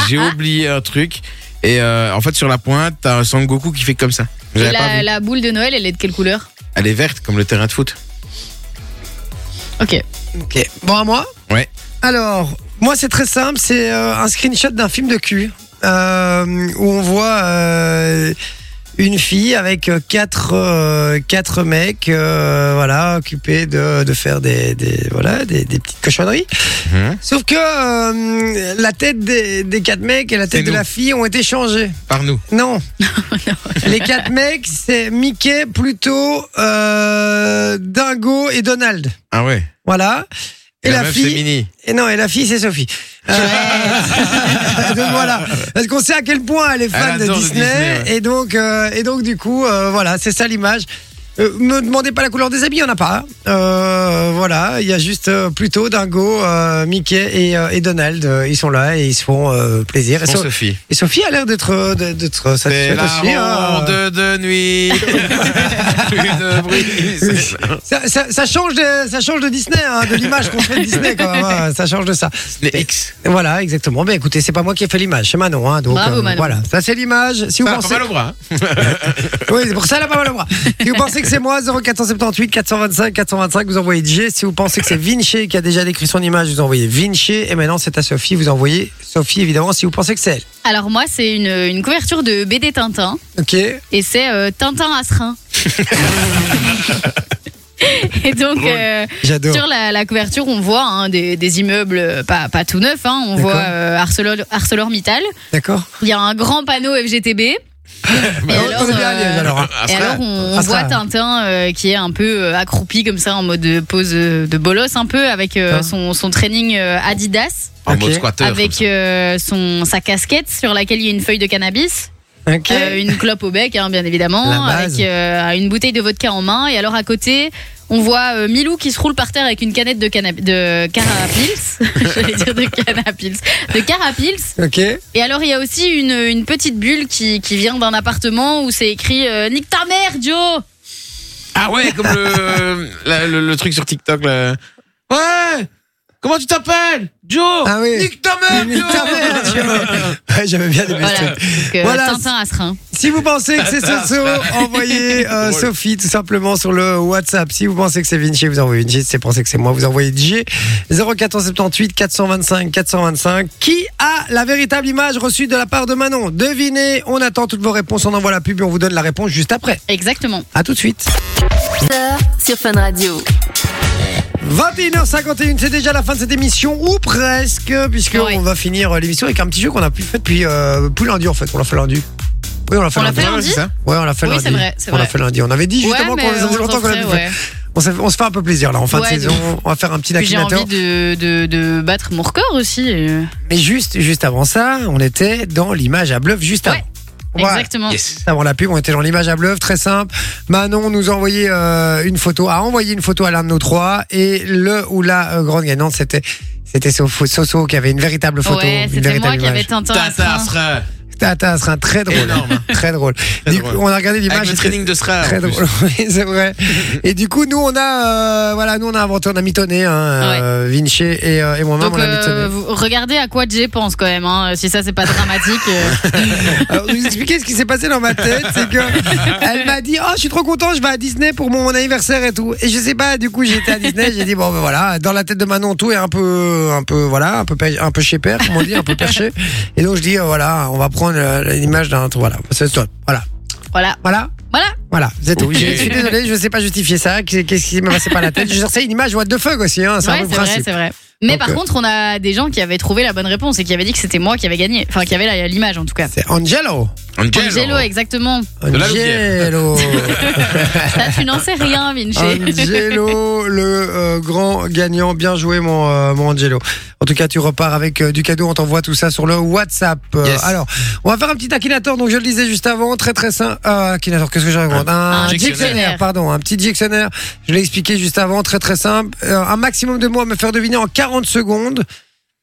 Speaker 7: j'ai oublié un truc. Et euh, en fait, sur la pointe, t'as un Sangoku qui fait comme ça. Vous
Speaker 2: Et
Speaker 7: avez pas
Speaker 2: la,
Speaker 7: vu
Speaker 2: la boule de Noël, elle est de quelle couleur
Speaker 7: Elle est verte comme le terrain de foot.
Speaker 2: Ok.
Speaker 1: Ok. Bon, à moi
Speaker 7: Ouais.
Speaker 1: Alors, moi, c'est très simple. C'est euh, un screenshot d'un film de cul euh, où on voit euh, une fille avec euh, quatre, euh, quatre mecs euh, voilà, occupés de, de faire des, des, voilà, des, des petites cochonneries.
Speaker 7: Mhm.
Speaker 1: Sauf que euh, la tête des, des quatre mecs et la
Speaker 7: C'est
Speaker 1: tête de
Speaker 7: nous.
Speaker 1: la fille ont été changées.
Speaker 7: Par nous.
Speaker 1: <laughs> Non. Les quatre mecs, c'est Mickey, plutôt euh, Dingo et Donald.
Speaker 7: Ah ouais.
Speaker 1: Voilà. Et la,
Speaker 7: meuf, c'est
Speaker 1: fille.
Speaker 7: mini.
Speaker 1: Et non, et la fille, c'est Sophie. Euh, <laughs> donc voilà. Parce qu'on sait à quel point elle est fan
Speaker 7: Elle
Speaker 1: de
Speaker 7: adore le
Speaker 1: Disney.
Speaker 7: Disney, ouais.
Speaker 1: et, donc, euh, et donc, du coup, euh, voilà, c'est ça l'image. Euh, me demandez pas la couleur des habits, il n'y en a pas. Euh, voilà, il y a juste euh, plutôt Dingo, euh, Mickey et, euh, et Donald. Euh, ils sont là et ils se font euh, plaisir. Et,
Speaker 7: Bon,
Speaker 1: So-
Speaker 7: Sophie.
Speaker 1: et Sophie a l'air d'être euh, d'être- d'être
Speaker 7: C'est
Speaker 1: satisfaite
Speaker 7: la
Speaker 1: aussi. hein.
Speaker 7: ronde de <laughs> nuit. Plus de bruit.
Speaker 1: Oui.
Speaker 7: C'est-
Speaker 1: Ça, ça- ça change de, ça change de Disney, hein, de l'image qu'on fait de Disney quand même.
Speaker 7: <laughs>
Speaker 1: hein. ça change de ça.
Speaker 7: Les X.
Speaker 1: Voilà, exactement. Ben écoutez, c'est pas moi qui ai fait l'image, c'est Manon. Hein, donc,
Speaker 2: Bravo, Manon.
Speaker 1: Voilà, ça c'est l'image. Si vous
Speaker 7: Ça a Ah, pas
Speaker 1: pensez,
Speaker 7: mal au bras. hein.
Speaker 1: oui, c'est pour ça elle a pas mal au bras. si vous pensez que c'est moi, 0478 425 425, vous envoyez J. Si vous pensez que c'est Vinci qui a déjà décrit son image, vous envoyez Vinci. Et maintenant c'est à Sophie, vous envoyez Sophie évidemment. Si vous pensez que c'est
Speaker 2: Alors, moi, c'est une, une couverture de BD Tintin.
Speaker 1: elle. Ok.
Speaker 2: Et c'est euh, Tintin à serin. et donc. euh,
Speaker 1: J'adore.
Speaker 2: Sur la, la couverture, on voit hein, des, des immeubles, euh, pas, pas tout neufs, hein, on
Speaker 1: D'accord.
Speaker 2: voit euh, Arcelor, ArcelorMittal,
Speaker 1: D'accord.
Speaker 2: il y a un grand panneau FGTB,
Speaker 1: Bah, on
Speaker 2: alors,
Speaker 1: est bien à Liège,
Speaker 2: euh,
Speaker 1: alors, hein.
Speaker 2: et alors on, on
Speaker 1: Astra.
Speaker 2: voit Tintin euh, qui est un peu euh, accroupi comme ça en mode euh, pose euh, de bolos un peu avec euh,
Speaker 1: Hein.
Speaker 2: son, son training euh, Adidas,
Speaker 7: En
Speaker 1: Ok.
Speaker 7: mode squatter.
Speaker 2: avec
Speaker 7: comme
Speaker 2: euh, son, sa casquette sur laquelle il y a une feuille de cannabis,
Speaker 1: Ok.
Speaker 2: euh, une clope au bec hein, bien évidemment,
Speaker 1: La base.
Speaker 2: avec euh, une bouteille de vodka en main et alors à côté... On voit euh, Milou qui se roule par terre avec une canette de, canna- de carapils. <laughs> J'allais dire de canapils. De carapils.
Speaker 1: Ok.
Speaker 2: Et alors, il y a aussi une, une petite bulle qui, qui vient d'un appartement où c'est écrit euh, Nique ta mère, Joe
Speaker 7: ça. Ah ouais, comme
Speaker 5: <laughs>
Speaker 7: le, la- le, le truc sur TikTok là. Ouais. Comment tu t'appelles
Speaker 3: Joe
Speaker 1: Ah oui.
Speaker 3: Nique ta mère,
Speaker 1: Nique ta mère,
Speaker 3: Joe
Speaker 1: Ouais, J'avais bien aimé ce
Speaker 2: Voilà.
Speaker 1: truc.
Speaker 2: Donc, euh,
Speaker 1: Voilà.
Speaker 2: Tintin à Serein.
Speaker 1: Si vous pensez que c'est Soso, envoyez euh, Sophie tout simplement sur le WhatsApp. Si vous pensez que c'est Vinci, vous envoyez Vinci. Si vous pensez que c'est moi, vous envoyez DJ. 0478 425 425. Qui a la véritable image reçue de la part de Manon Devinez, on attend toutes vos réponses, on envoie la pub et on vous donne la réponse juste après.
Speaker 2: Exactement.
Speaker 1: À tout de suite.
Speaker 12: Sur Fun Radio.
Speaker 1: 21h51, c'est déjà la fin de cette émission, ou presque, puisque on va finir euh, l'émission avec un petit jeu qu'on a plus fait depuis euh, plus lundi en fait. On l'a fait lundi. Oui, on l'a fait
Speaker 2: On l'a
Speaker 1: lundi.
Speaker 2: fait lundi
Speaker 1: Ouais, on l'a fait
Speaker 2: Oui,
Speaker 1: lundi.
Speaker 2: c'est vrai, c'est
Speaker 1: on l'a
Speaker 2: vrai.
Speaker 1: fait lundi. On avait dit justement
Speaker 2: Ouais,
Speaker 1: qu'on
Speaker 2: mais
Speaker 1: ça faisait
Speaker 2: on
Speaker 1: longtemps qu'on l'avait
Speaker 2: refait,
Speaker 1: plus fait.
Speaker 2: ouais.
Speaker 1: On se, on se fait un peu plaisir là en fin
Speaker 2: Ouais,
Speaker 1: de saison.
Speaker 2: de ouf.
Speaker 1: On va faire un petit
Speaker 2: Puis J'ai
Speaker 1: navigateur.
Speaker 2: envie de, de, de battre mon record aussi. euh.
Speaker 1: Mais juste, juste avant ça, on était dans l'image à bluff juste avant. Voilà.
Speaker 2: Exactement.
Speaker 1: Avant la pub, on était dans l'image à bluff, très simple. Manon nous a envoyé euh, une photo, a envoyé une photo à l'un de nos trois, et le ou la euh, grande gagnante, c'était c'était Sof- Soso qui avait une véritable photo,
Speaker 2: Ouais,
Speaker 1: une
Speaker 2: c'était moi
Speaker 1: véritable
Speaker 2: qui avais
Speaker 1: image.
Speaker 2: Tintin à
Speaker 7: Tata
Speaker 2: Serein.
Speaker 7: sera.
Speaker 1: Tata sera très drôle,
Speaker 7: Énorme, hein.
Speaker 1: <laughs> très drôle. Du coup,
Speaker 7: drôle.
Speaker 1: on a regardé l'image.
Speaker 7: Avec le
Speaker 1: c'était-
Speaker 7: training de Sra.
Speaker 1: Très
Speaker 7: en plus.
Speaker 1: drôle, <laughs> oui, c'est vrai. Et du coup, nous, on a, euh, voilà, nous, on a inventé, on a mitonné, hein, euh, Vinci et, euh, et moi-même,
Speaker 2: Donc
Speaker 1: on a
Speaker 2: euh,
Speaker 1: mitonné.
Speaker 2: vous- regardez à quoi Jay pense quand même. hein. Si ça c'est pas dramatique.
Speaker 1: <laughs>
Speaker 2: euh.
Speaker 1: Alors, vous expliquer ce qui s'est passé dans ma tête, c'est que elle m'a dit "Oh, je suis trop content, je vais à Disney pour mon, mon anniversaire et tout." Et je sais pas, du coup, j'étais à Disney, j'ai dit "Bon, ben voilà, dans la tête de Manon tout est un peu un peu voilà, un peu pe- un peu chez père, comme on dit, un peu perché." Et donc je dis euh, "Voilà, on va prendre euh, l'image d'un truc, voilà, c'est top." Voilà.
Speaker 2: Voilà.
Speaker 1: Voilà.
Speaker 2: Voilà.
Speaker 1: Voilà, c'est tout.
Speaker 7: Oui.
Speaker 1: Je suis désolé, je sais pas justifier ça. Qu'est- Qu'est-ce qui m'est passé par la tête Je cherchais une image what the fuck aussi, hein, c'est un
Speaker 2: Ouais,
Speaker 1: peu
Speaker 2: c'est
Speaker 1: le
Speaker 2: vrai,
Speaker 1: principe.
Speaker 2: c'est vrai. Mais
Speaker 1: Donc,
Speaker 2: par
Speaker 1: euh,
Speaker 2: contre, on a des gens qui avaient trouvé la bonne réponse et qui avaient dit que c'était moi qui avais gagné. Enfin, qui avait la- l'image en tout cas.
Speaker 1: C'est Angelo.
Speaker 7: Angelo.
Speaker 2: Angelo, exactement.
Speaker 7: De la
Speaker 1: Angelo.
Speaker 2: Ça, tu n'en sais rien, Vinci.
Speaker 1: Ah Angelo, le euh, grand gagnant. Bien joué, mon, euh, mon Angelo. En tout cas, tu repars avec euh, du cadeau. On t'envoie tout ça sur le WhatsApp. Euh,
Speaker 7: Yes.
Speaker 1: Alors, on va faire un petit taquinator. Donc, je le disais juste avant. Très, très simple. Euh, taquinator, qu'est-ce que je raconte Un,
Speaker 2: un
Speaker 1: dictionnaire.
Speaker 2: dictionnaire.
Speaker 1: pardon. Un petit dictionnaire. Je l'ai expliqué juste avant. Très, très simple. Euh, un maximum de mots à me faire deviner en 40 secondes.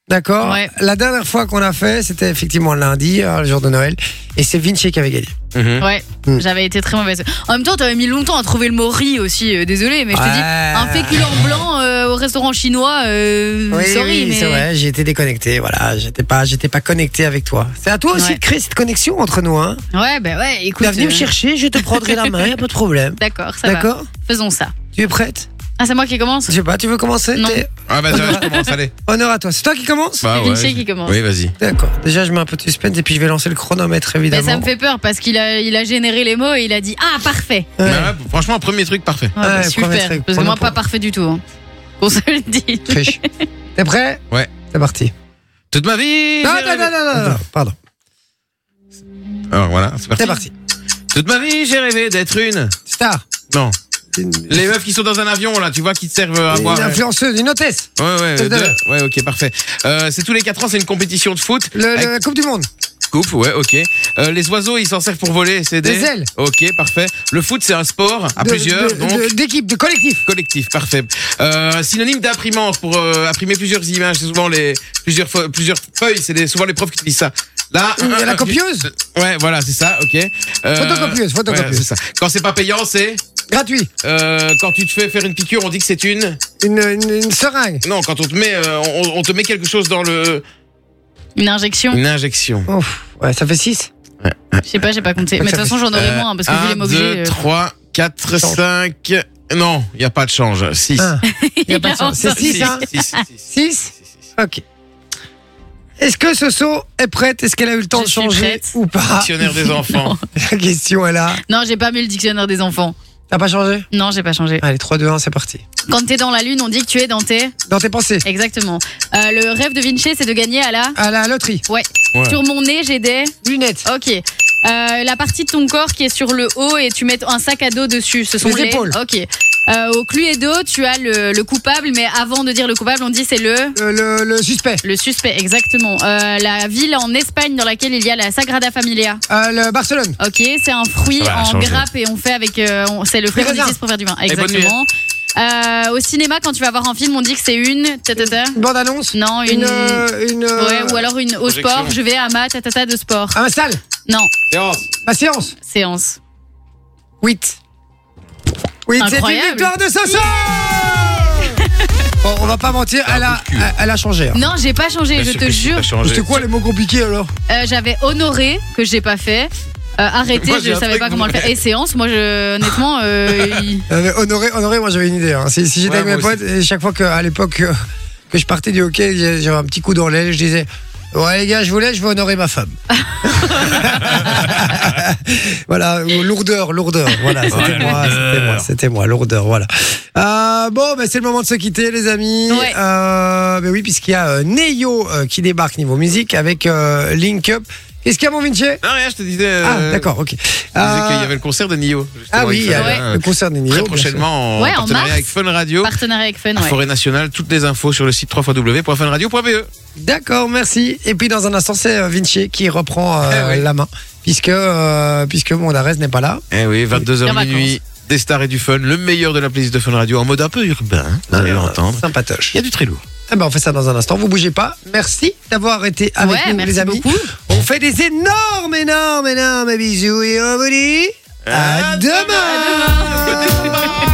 Speaker 1: D'accord
Speaker 2: Ouais.
Speaker 1: La dernière fois qu'on a fait, c'était effectivement lundi, euh, le jour de Noël. Et c'est Vinci qui avait gagné.
Speaker 7: Mhm.
Speaker 2: <laughs> Ouais,
Speaker 1: Hmm.
Speaker 2: j'avais été très mauvaise. En même temps, t'avais mis longtemps à trouver le mot riz aussi. euh, désolé, mais je te dis, un féculent blanc euh, au restaurant chinois, euh,
Speaker 1: Oui,
Speaker 2: sorry,
Speaker 1: oui,
Speaker 2: mais.
Speaker 1: c'est vrai, j'ai été déconnecté, voilà, j'étais pas, j'étais pas connecté avec toi. C'est à toi aussi
Speaker 2: Ouais.
Speaker 1: de créer cette connexion entre nous, hein.
Speaker 2: Ouais, bah ouais, écoute.
Speaker 1: Tu vas venir me
Speaker 2: euh,
Speaker 1: chercher, je te prendrai la main, y a pas de problème.
Speaker 2: D'accord, <laughs> ça va.
Speaker 1: D'accord
Speaker 2: Faisons ça.
Speaker 1: Tu es prête
Speaker 2: Ah, c'est moi qui commence
Speaker 1: Je sais pas, tu veux commencer
Speaker 2: Non.
Speaker 1: T'es-
Speaker 7: Ah, bah, ça va, je commence, allez.
Speaker 1: Honneur à toi, c'est toi qui commence
Speaker 7: Bah,
Speaker 2: Vinci
Speaker 7: ouais.
Speaker 2: qui commence.
Speaker 7: Oui, vas-y.
Speaker 1: D'accord. Déjà, je mets un peu de suspense et puis je vais lancer le chronomètre,
Speaker 2: Mais
Speaker 1: évidemment.
Speaker 2: Ben, ça me fait peur parce qu'il a, il a généré les mots et il a dit Ah, parfait
Speaker 1: Ouais.
Speaker 7: Bah ouais, franchement, premier truc parfait.
Speaker 2: Ah, bah,
Speaker 1: Ouais, premier
Speaker 2: Super
Speaker 1: truc,
Speaker 2: Parce que moi,
Speaker 1: premier
Speaker 2: pas parfait du tout. hein. Qu'on se le dit. <laughs>
Speaker 1: Triche. T'es prêt
Speaker 7: Ouais.
Speaker 1: C'est parti.
Speaker 7: Toute ma vie.
Speaker 1: Non, non, non, non, non, non, pardon.
Speaker 7: Alors voilà, c'est parti.
Speaker 1: C'est parti.
Speaker 7: Toute ma vie, j'ai rêvé d'être une.
Speaker 1: Star.
Speaker 7: Non.
Speaker 1: Une,
Speaker 7: Les meufs qui sont dans un avion, là, tu vois, qui te servent à
Speaker 1: une
Speaker 7: boire. Ouais,
Speaker 1: influenceuse, une hôtesse.
Speaker 7: ouais, euh,
Speaker 1: Chef
Speaker 7: deux.
Speaker 1: d'œuvre.
Speaker 7: ouais, ok, parfait. Euh, c'est tous les 4 ans, c'est une compétition de foot.
Speaker 1: Le,
Speaker 7: Avec
Speaker 1: le Coupe du Monde.
Speaker 7: coupe, ouais, ok. Euh, les oiseaux, ils s'en servent pour voler, c'est des.
Speaker 1: Des ailes.
Speaker 7: Ok, parfait. Le foot, c'est un sport à
Speaker 1: de-
Speaker 7: plusieurs,
Speaker 1: de-
Speaker 7: donc.
Speaker 1: de- D'équipe, de collectif.
Speaker 7: <laughs> Collectif, parfait. Euh, synonyme d'imprimante pour euh, imprimer plusieurs images, c'est souvent les plusieurs feu- plusieurs feuilles, c'est les- souvent les profs qui utilisent ça. Là, un, un, <laughs>
Speaker 1: La
Speaker 7: un,
Speaker 1: copieuse.
Speaker 7: Ouais, voilà, c'est ça, ok. Euh,
Speaker 1: Photocopieuse, photocopieuse.
Speaker 7: ouais, c'est ça. Quand c'est pas payant, c'est.
Speaker 1: Gratuit.
Speaker 7: euh, quand tu te fais faire une piqûre, on dit que c'est une.
Speaker 1: Une, une, une seringue.
Speaker 7: Non, quand on te met, euh, on, on te met quelque chose dans le.
Speaker 2: Une injection
Speaker 7: Une injection.
Speaker 1: Ouf, ouais, ça fait 6.
Speaker 2: Je sais pas, j'ai pas compté.
Speaker 1: Ça
Speaker 2: Mais de toute
Speaker 1: fait- Euh,
Speaker 2: façon, j'en aurais moins parce que vu les
Speaker 7: 1,
Speaker 2: mots que j'ai,
Speaker 7: 2,
Speaker 2: euh,
Speaker 7: 3, 4,
Speaker 1: Change.
Speaker 7: 5. Non, il n'y a pas de change. 6.
Speaker 2: <laughs>
Speaker 1: Un.
Speaker 2: il y a
Speaker 1: pas de chance. C'est 6, hein 6 Ok. Est-ce que Soso est prête Est-ce qu'elle a eu le temps
Speaker 2: Je
Speaker 1: de
Speaker 2: suis
Speaker 1: changer
Speaker 2: prête.
Speaker 1: ou pas
Speaker 7: Dictionnaire
Speaker 2: <laughs>
Speaker 7: des enfants.
Speaker 1: <laughs> La question est là.
Speaker 2: Non, j'ai pas mis le dictionnaire des enfants.
Speaker 1: T'as pas changé
Speaker 2: Non, j'ai pas changé.
Speaker 1: Allez, 3, 2, 1, c'est parti.
Speaker 2: Quand t'es dans la lune, on dit que tu es dans tes.
Speaker 1: Dans tes pensées,
Speaker 2: Exactement. Euh, le rêve de Vinci, c'est de gagner à la.
Speaker 1: à la loterie,
Speaker 7: Ouais.
Speaker 2: Sur mon nez, j'ai des.
Speaker 1: lunettes,
Speaker 2: Ok. Euh, la partie de ton corps qui est sur le haut et tu mets un sac à dos dessus. Ce sont
Speaker 1: Les épaules.
Speaker 2: Ok. Euh, au Cluedo, tu as le, le coupable, mais avant de dire le coupable, on dit c'est le.
Speaker 1: euh, le, le suspect,
Speaker 2: Le suspect, exactement. Euh, la ville en Espagne dans laquelle il y a la Sagrada Familia.
Speaker 1: euh, le Barcelone,
Speaker 2: Ok, c'est un fruit
Speaker 7: Ça va,
Speaker 2: en
Speaker 7: changer.
Speaker 2: grappe et on fait avec. euh, on- c'est le fruit
Speaker 1: Les
Speaker 2: qu'on
Speaker 1: raisins.
Speaker 2: utilise pour faire du vin.
Speaker 7: bonne nuit.
Speaker 2: Exactement. Euh, au cinéma, quand tu vas voir un film, on dit que c'est une. ta, ta, ta.
Speaker 1: une bande-annonce,
Speaker 2: Non, une.
Speaker 1: une, euh, une, euh,
Speaker 2: Ouais, ou alors une au
Speaker 7: Projection.
Speaker 2: sport, je vais à ma tatata de sport.
Speaker 1: un salle,
Speaker 2: Non,
Speaker 7: Séance.
Speaker 1: ma séance,
Speaker 2: séance.
Speaker 1: 8. 8, c'est une
Speaker 2: Incroyable.
Speaker 1: victoire de Soso <laughs> Bon, on va pas mentir, elle a, elle a changé. hein.
Speaker 2: Non, j'ai pas changé, je te jure.
Speaker 1: C'était quoi les mots compliqués alors
Speaker 2: Euh, J'avais honoré que j'ai pas fait. Euh, arrêté,
Speaker 1: Moi, j'ai
Speaker 2: je
Speaker 1: un
Speaker 2: savais
Speaker 1: truc
Speaker 2: pas comment le faire.
Speaker 1: vrai.
Speaker 2: Et séance, moi, je, honnêtement, euh, il-
Speaker 1: Euh, honoré, honoré, moi j'avais une idée. hein. Si, si j'étais
Speaker 2: Ouais,
Speaker 1: avec mes
Speaker 2: moi
Speaker 1: potes, et chaque fois que, à l'époque euh, que je partais du hockey, j'ai- j'avais un petit coup dans l'aile, je disais Ouais, les gars, je voulais, je veux honorer ma femme. <laughs> voilà, ou lourdeur, lourdeur. Voilà, c'était moi, c'était moi, c'était moi, lourdeur, voilà. Euh, bon, bah, c'est le moment de se quitter, les amis. Euh, bah oui, puisqu'il y a euh, Neyo euh, qui débarque niveau musique avec euh, Link Up. Qu'est-ce qu'il y a, mon Vinci
Speaker 7: Non, rien, je te disais.
Speaker 1: Ah, d'accord, ok.
Speaker 7: Euh, Je disais
Speaker 1: Euh,
Speaker 7: qu'il y avait le concert de Nio.
Speaker 1: Ah oui, il y a le concert de Nio,
Speaker 7: Très
Speaker 1: bien
Speaker 7: prochainement, en
Speaker 2: sûr. Ouais, en
Speaker 7: partenariat
Speaker 2: mars.
Speaker 7: avec Fun Radio.
Speaker 2: partenariat avec Fun, ouais.
Speaker 7: Forêt Nationale, toutes les infos sur le site www.funradio.be.
Speaker 1: D'accord, merci. Et puis dans un instant, c'est euh, Vinci qui reprend euh, la main, puisque, euh, puisque mon Arès n'est pas là.
Speaker 7: Eh oui, 22h
Speaker 1: vacances.
Speaker 7: minuit, des stars et du fun, le meilleur de la playlist de Fun Radio en mode un peu urbain, hein,
Speaker 1: Ah,
Speaker 7: vous allez l'entendre.
Speaker 1: Sympatoche.
Speaker 7: Il y a du très lourd.
Speaker 1: Eh ben, on fait ça dans un instant, vous bougez pas. Merci d'avoir été avec
Speaker 2: Ouais,
Speaker 1: nous,
Speaker 2: merci
Speaker 1: les amis.
Speaker 2: beaucoup.
Speaker 1: On fait des énormes,
Speaker 5: Ah.
Speaker 1: énormes, énormes bisous et on vous dit à demain.